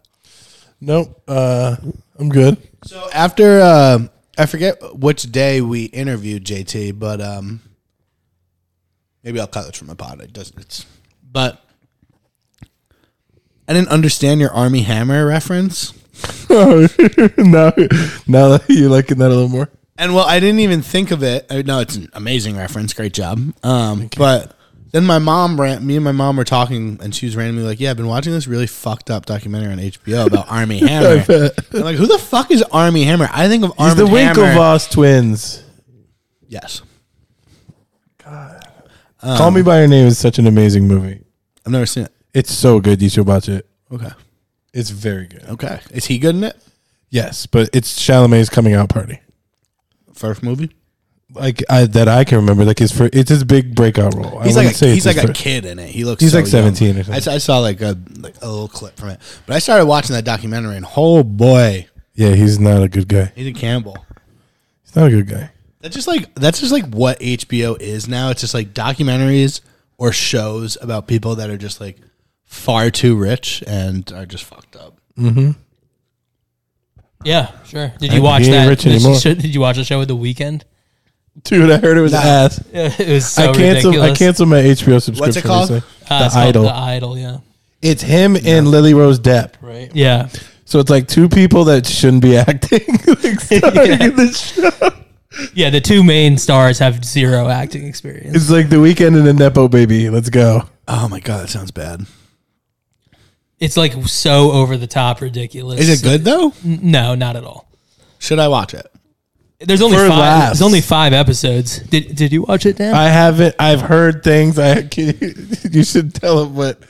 Nope. Uh, I'm good. So after uh, I forget which day we interviewed JT, but um, maybe I'll cut this from the pod. It doesn't. It's but I didn't understand your Army Hammer reference, now, now that you're liking that a little more. and well, I didn't even think of it. Uh, No, it's an amazing reference. Great job. Um, but. Then my mom ran. Me and my mom were talking, and she was randomly like, "Yeah, I've been watching this really fucked up documentary on HBO about Army Hammer." I'm like, "Who the fuck is Army Hammer?" I think of He's Army the Hammer. Winklevoss twins. Yes, Um, Call Me by Your Name is such an amazing movie. I've never seen it. It's so good. You should watch it. Okay. It's very good. Okay. Is he good in it? Yes, but it's Chalamet's coming out party. First movie. Like I, that, I can remember. Like his first, it's his big breakout role. He's I like wouldn't a, say he's it's like his a fir- kid in it. He looks. He's so like 17 young. or something. I, s- I saw like a like a little clip from it, but I started watching that documentary and oh boy, Yeah, he's not a good guy. he's a Campbell. He's not a good guy. That's just like that's just like what HBO is now. It's just like documentaries or shows about people that are just like far too rich and are just fucked up. Yeah, sure. Did I- he you watch ain't that? rich Did you, anymore. show- did you watch the show with the weekend? Dude, I heard it was ass. Yeah, it was so I canceled. ridiculous. I canceled my HBO subscription. What's it called? recently. Uh, it's the called Idol. The Idol. Yeah. it's him and Lily Rose Depp. Right. Yeah. So it's like two people that shouldn't be acting. like, starring in this show. Yeah. The two main stars have zero acting experience. It's like the weekend and a nepo baby. Let's go. Oh my god, that sounds bad. It's like so over the top ridiculous. Is it good though? No, not at all. Should I watch it? There's only For five. laughs. There's only five episodes. Did Did you watch it, Dan? I haven't. I've heard things. I can you, you should tell him what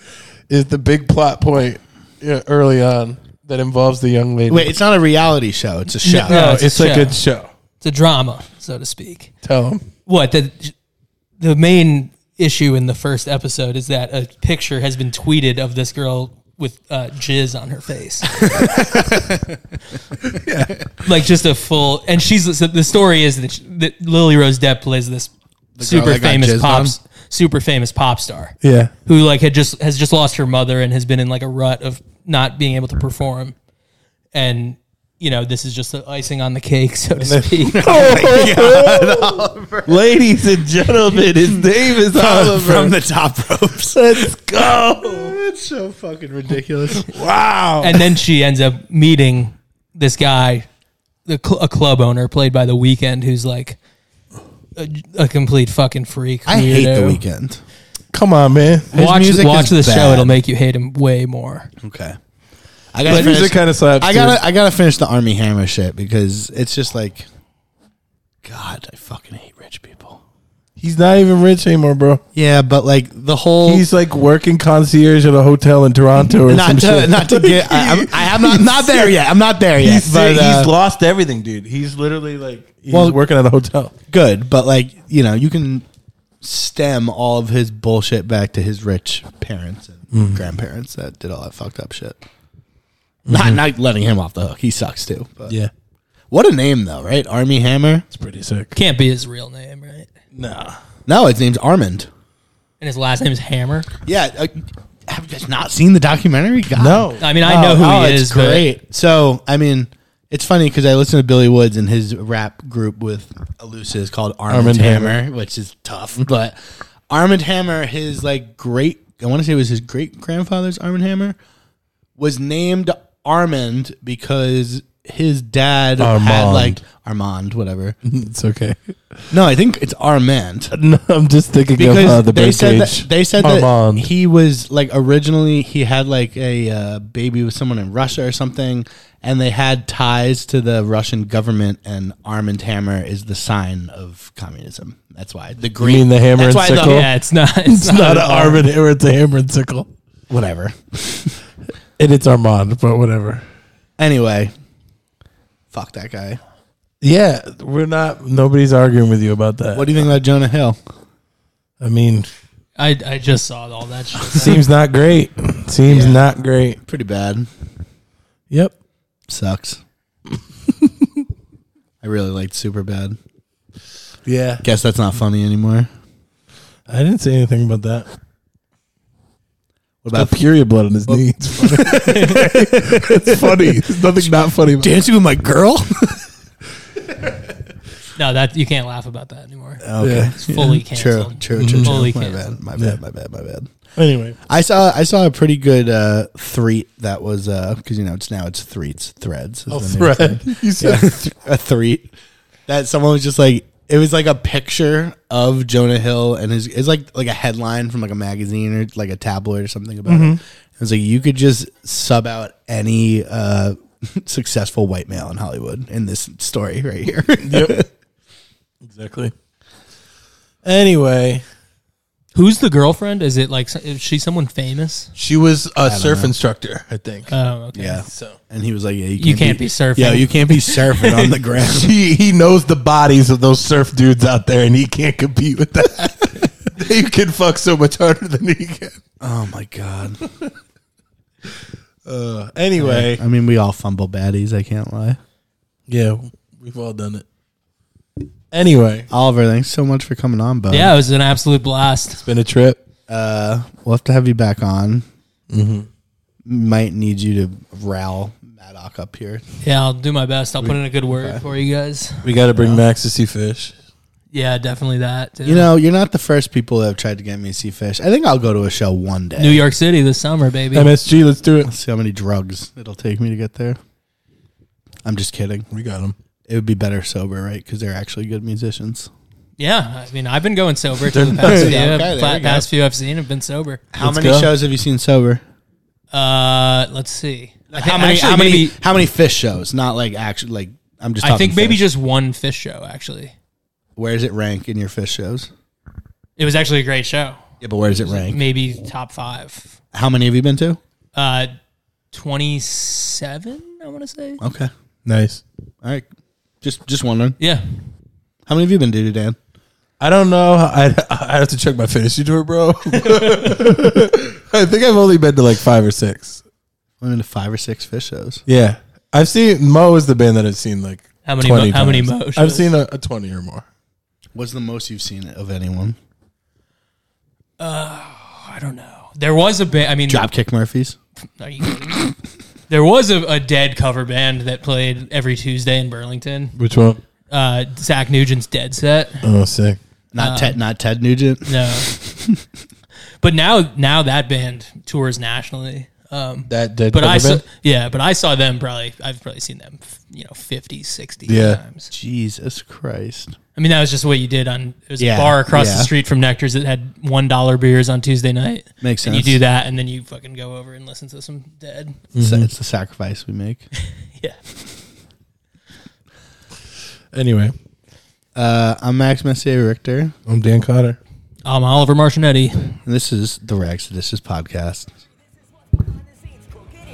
is the big plot point yeah, early on that involves the young lady. Wait, it's not a reality show. It's a show. no, No, it's, it's a like show. a show. it's a drama, so to speak. Tell him. What the the main issue in the first episode is that a picture has been tweeted of this girl with uh, jizz on her face. Like just a full, and she's so the story is that, sh that Lily Rose Depp plays this super that got famous jizzed pop, on? super famous pop star. Yeah. who like had just has just lost her mother and has been in like a rut of not being able to perform and you know this is just the icing on the cake so to speak Ladies and gentlemen, his name is Oliver. From the top ropes. Let's go. That's so fucking ridiculous. Wow. and then she ends up meeting this guy the cl- a club owner played by the weekend who's like a, a complete fucking freak I hate the weirdo. weekend. Come on, man. watch music watch is the bad. show it'll make you hate him way more Okay. I gotta music finish, kinda slaps, I gotta too. I gotta finish the Army Hammer shit because it's just like God, I fucking hate rich people. He's not even rich anymore, bro. Yeah, but like the whole He's like working concierge at a hotel in Toronto or not some to shit. not to get I, I'm, I am not not there yet. I'm not there yet. He's, but, uh, he's lost everything, dude. He's literally like he's Well- working at a hotel. good, but like you know, you can stem all of his bullshit back to his rich parents and Mm. grandparents that did all that fucked up shit. Not not letting him off the hook. He sucks too. But Mm-hmm. Yeah, what a name though, right? Army Hammer. it's pretty sick. can't be his real name right Nah. No, his name's Armand. and his last name is Hammer. Yeah. Uh, have you guys not seen the documentary? God. No. I mean, I know who he Oh, it's is. but- Great. So, I mean, it's funny because I listen to Billy Woods and his rap group with Alusa is called Arm Arm and and Hammer, which is tough. But Arm and Hammer, his like great, I want to say it was his great grandfather's Arm and Hammer, was named Armand because his dad had Armand. like Armand, whatever. It's okay. No, I think it's Armand No, I'm just thinking because of uh, the they said birdcage. that, they said Armand. that he was like originally he had like a uh, baby with someone in Russia or something, and they had ties to the Russian government. And arm and hammer is the sign of communism. That's why the green mean the hammer that's and why sickle? Yeah, it's not. It's, it's not an arm and hammer. It's a hammer and sickle, whatever. and it's Armand, but whatever. Anyway, fuck that guy. Yeah, we're not. Nobody's arguing with you about that. What do you think about Jonah Hill? I mean, I I just saw all that shit. seems not great. Seems Yeah. not great. Pretty bad. Yep. Sucks. I really liked Super Bad. Yeah. Guess that's not funny anymore. I didn't say anything about that. What A about period blood on his knee. It's funny. it's funny. There's nothing not funny about dancing with my girl? No, that you can't laugh about that anymore. Okay. Yeah. It's fully canceled. True, true, true, true. Fully My canceled. bad, my Yeah. bad, my bad, my bad. Anyway. I saw I saw a pretty good uh threat that was uh because you know it's now it's threats threads. Oh, is the new Thread. You said thing. a threat that someone was just like it was like a picture of Jonah Hill and his it's like like a headline from like a magazine or like a tabloid or something about Mm-hmm. it. It was like you could just sub out any uh successful white male in Hollywood in this story right here. exactly. Anyway, Who's the girlfriend? Is it like so- is she someone famous? she was a surf instructor, I think. Oh, okay. yeah. so And he was like, Yeah, you can't, You can't be surfing. Yeah, you can't be surfing on the ground. he he knows the bodies of those surf dudes out there, and he can't compete with that. they can fuck so much harder than he can. Oh my god. Uh, anyway, I mean, we all fumble baddies. I can't lie. yeah, we've all done it. Anyway, Oliver, thanks so much for coming on, bud. Yeah, it was an absolute blast. it's been a trip. Uh, we'll have to have you back on. Mm-hmm. Might need you to row Maddock up here. Yeah, I'll do my best. I'll put in a good word for you guys. We got to bring Max to see fish. Yeah, definitely that. too. You know, you're not the first people that have tried to get me to see fish. I think I'll go to a show one day. New York City this summer, baby. MSG, let's do it. See how many drugs it'll take me to get there. I'm just kidding. We got him. It would be better sober, right? Because they're actually good musicians. yeah, I mean, I've been going sober to the past few. Yeah, okay, there we go. past few I've seen have been sober. How Let's many go. shows have you seen sober? Uh, let's see. I How think many? actually how many? maybe- how many fish shows? Not like actually. Like I'm just. I think talking maybe fish. just one fish show. Actually, Where does it rank in your fish shows? it was actually a great show. Yeah, but where does it rank? Maybe top five. How many have you been to? Uh, twenty seven. I want to say. Okay, Nice. all right. Just just wondering, Yeah. how many have you been to, Dan? I don't know. I I have to check my fantasy tour, bro. I think I've only been to like five or six. I've been to five or six fish shows. Yeah, I've seen Mo is the band that I've seen like How many Mo- how many Mo I've shows? seen a, a twenty or more. What's the most you've seen of anyone? I don't know. There was a band. I mean, Dropkick Murphys. Are you kidding me? there was a, a dead cover band that played every Tuesday in Burlington. Which one? Uh, Zach Nugent's Dead Set. Oh, sick. Uh, Not Ted. Not Ted Nugent. No. but now, now that band tours nationally. Um, That dead but cover I saw, band? yeah, but I saw them probably. I've probably seen them, you know, 50, 60 Yeah. times. Jesus Christ. I mean, that was just what you did on. It was Yeah, a bar across yeah. the street from Nectar's that had one dollar beers on Tuesday night. Makes And you sense. do that, and then you fucking go over and listen to some Dead. It's, it's the sacrifice we make. Yeah. Anyway, Uh, I'm Max Messier Richter, I'm Dan Cotter. I'm Oliver Martinetti. and this is the Rags to Dishes podcast. In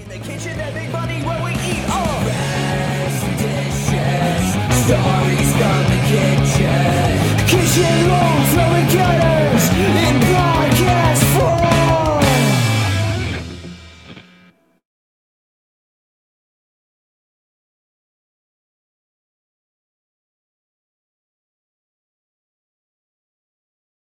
the kitchen, everybody, what we eat, oh. Rest dishes, stories from the kitchen. Kitchen roll, throwing gutters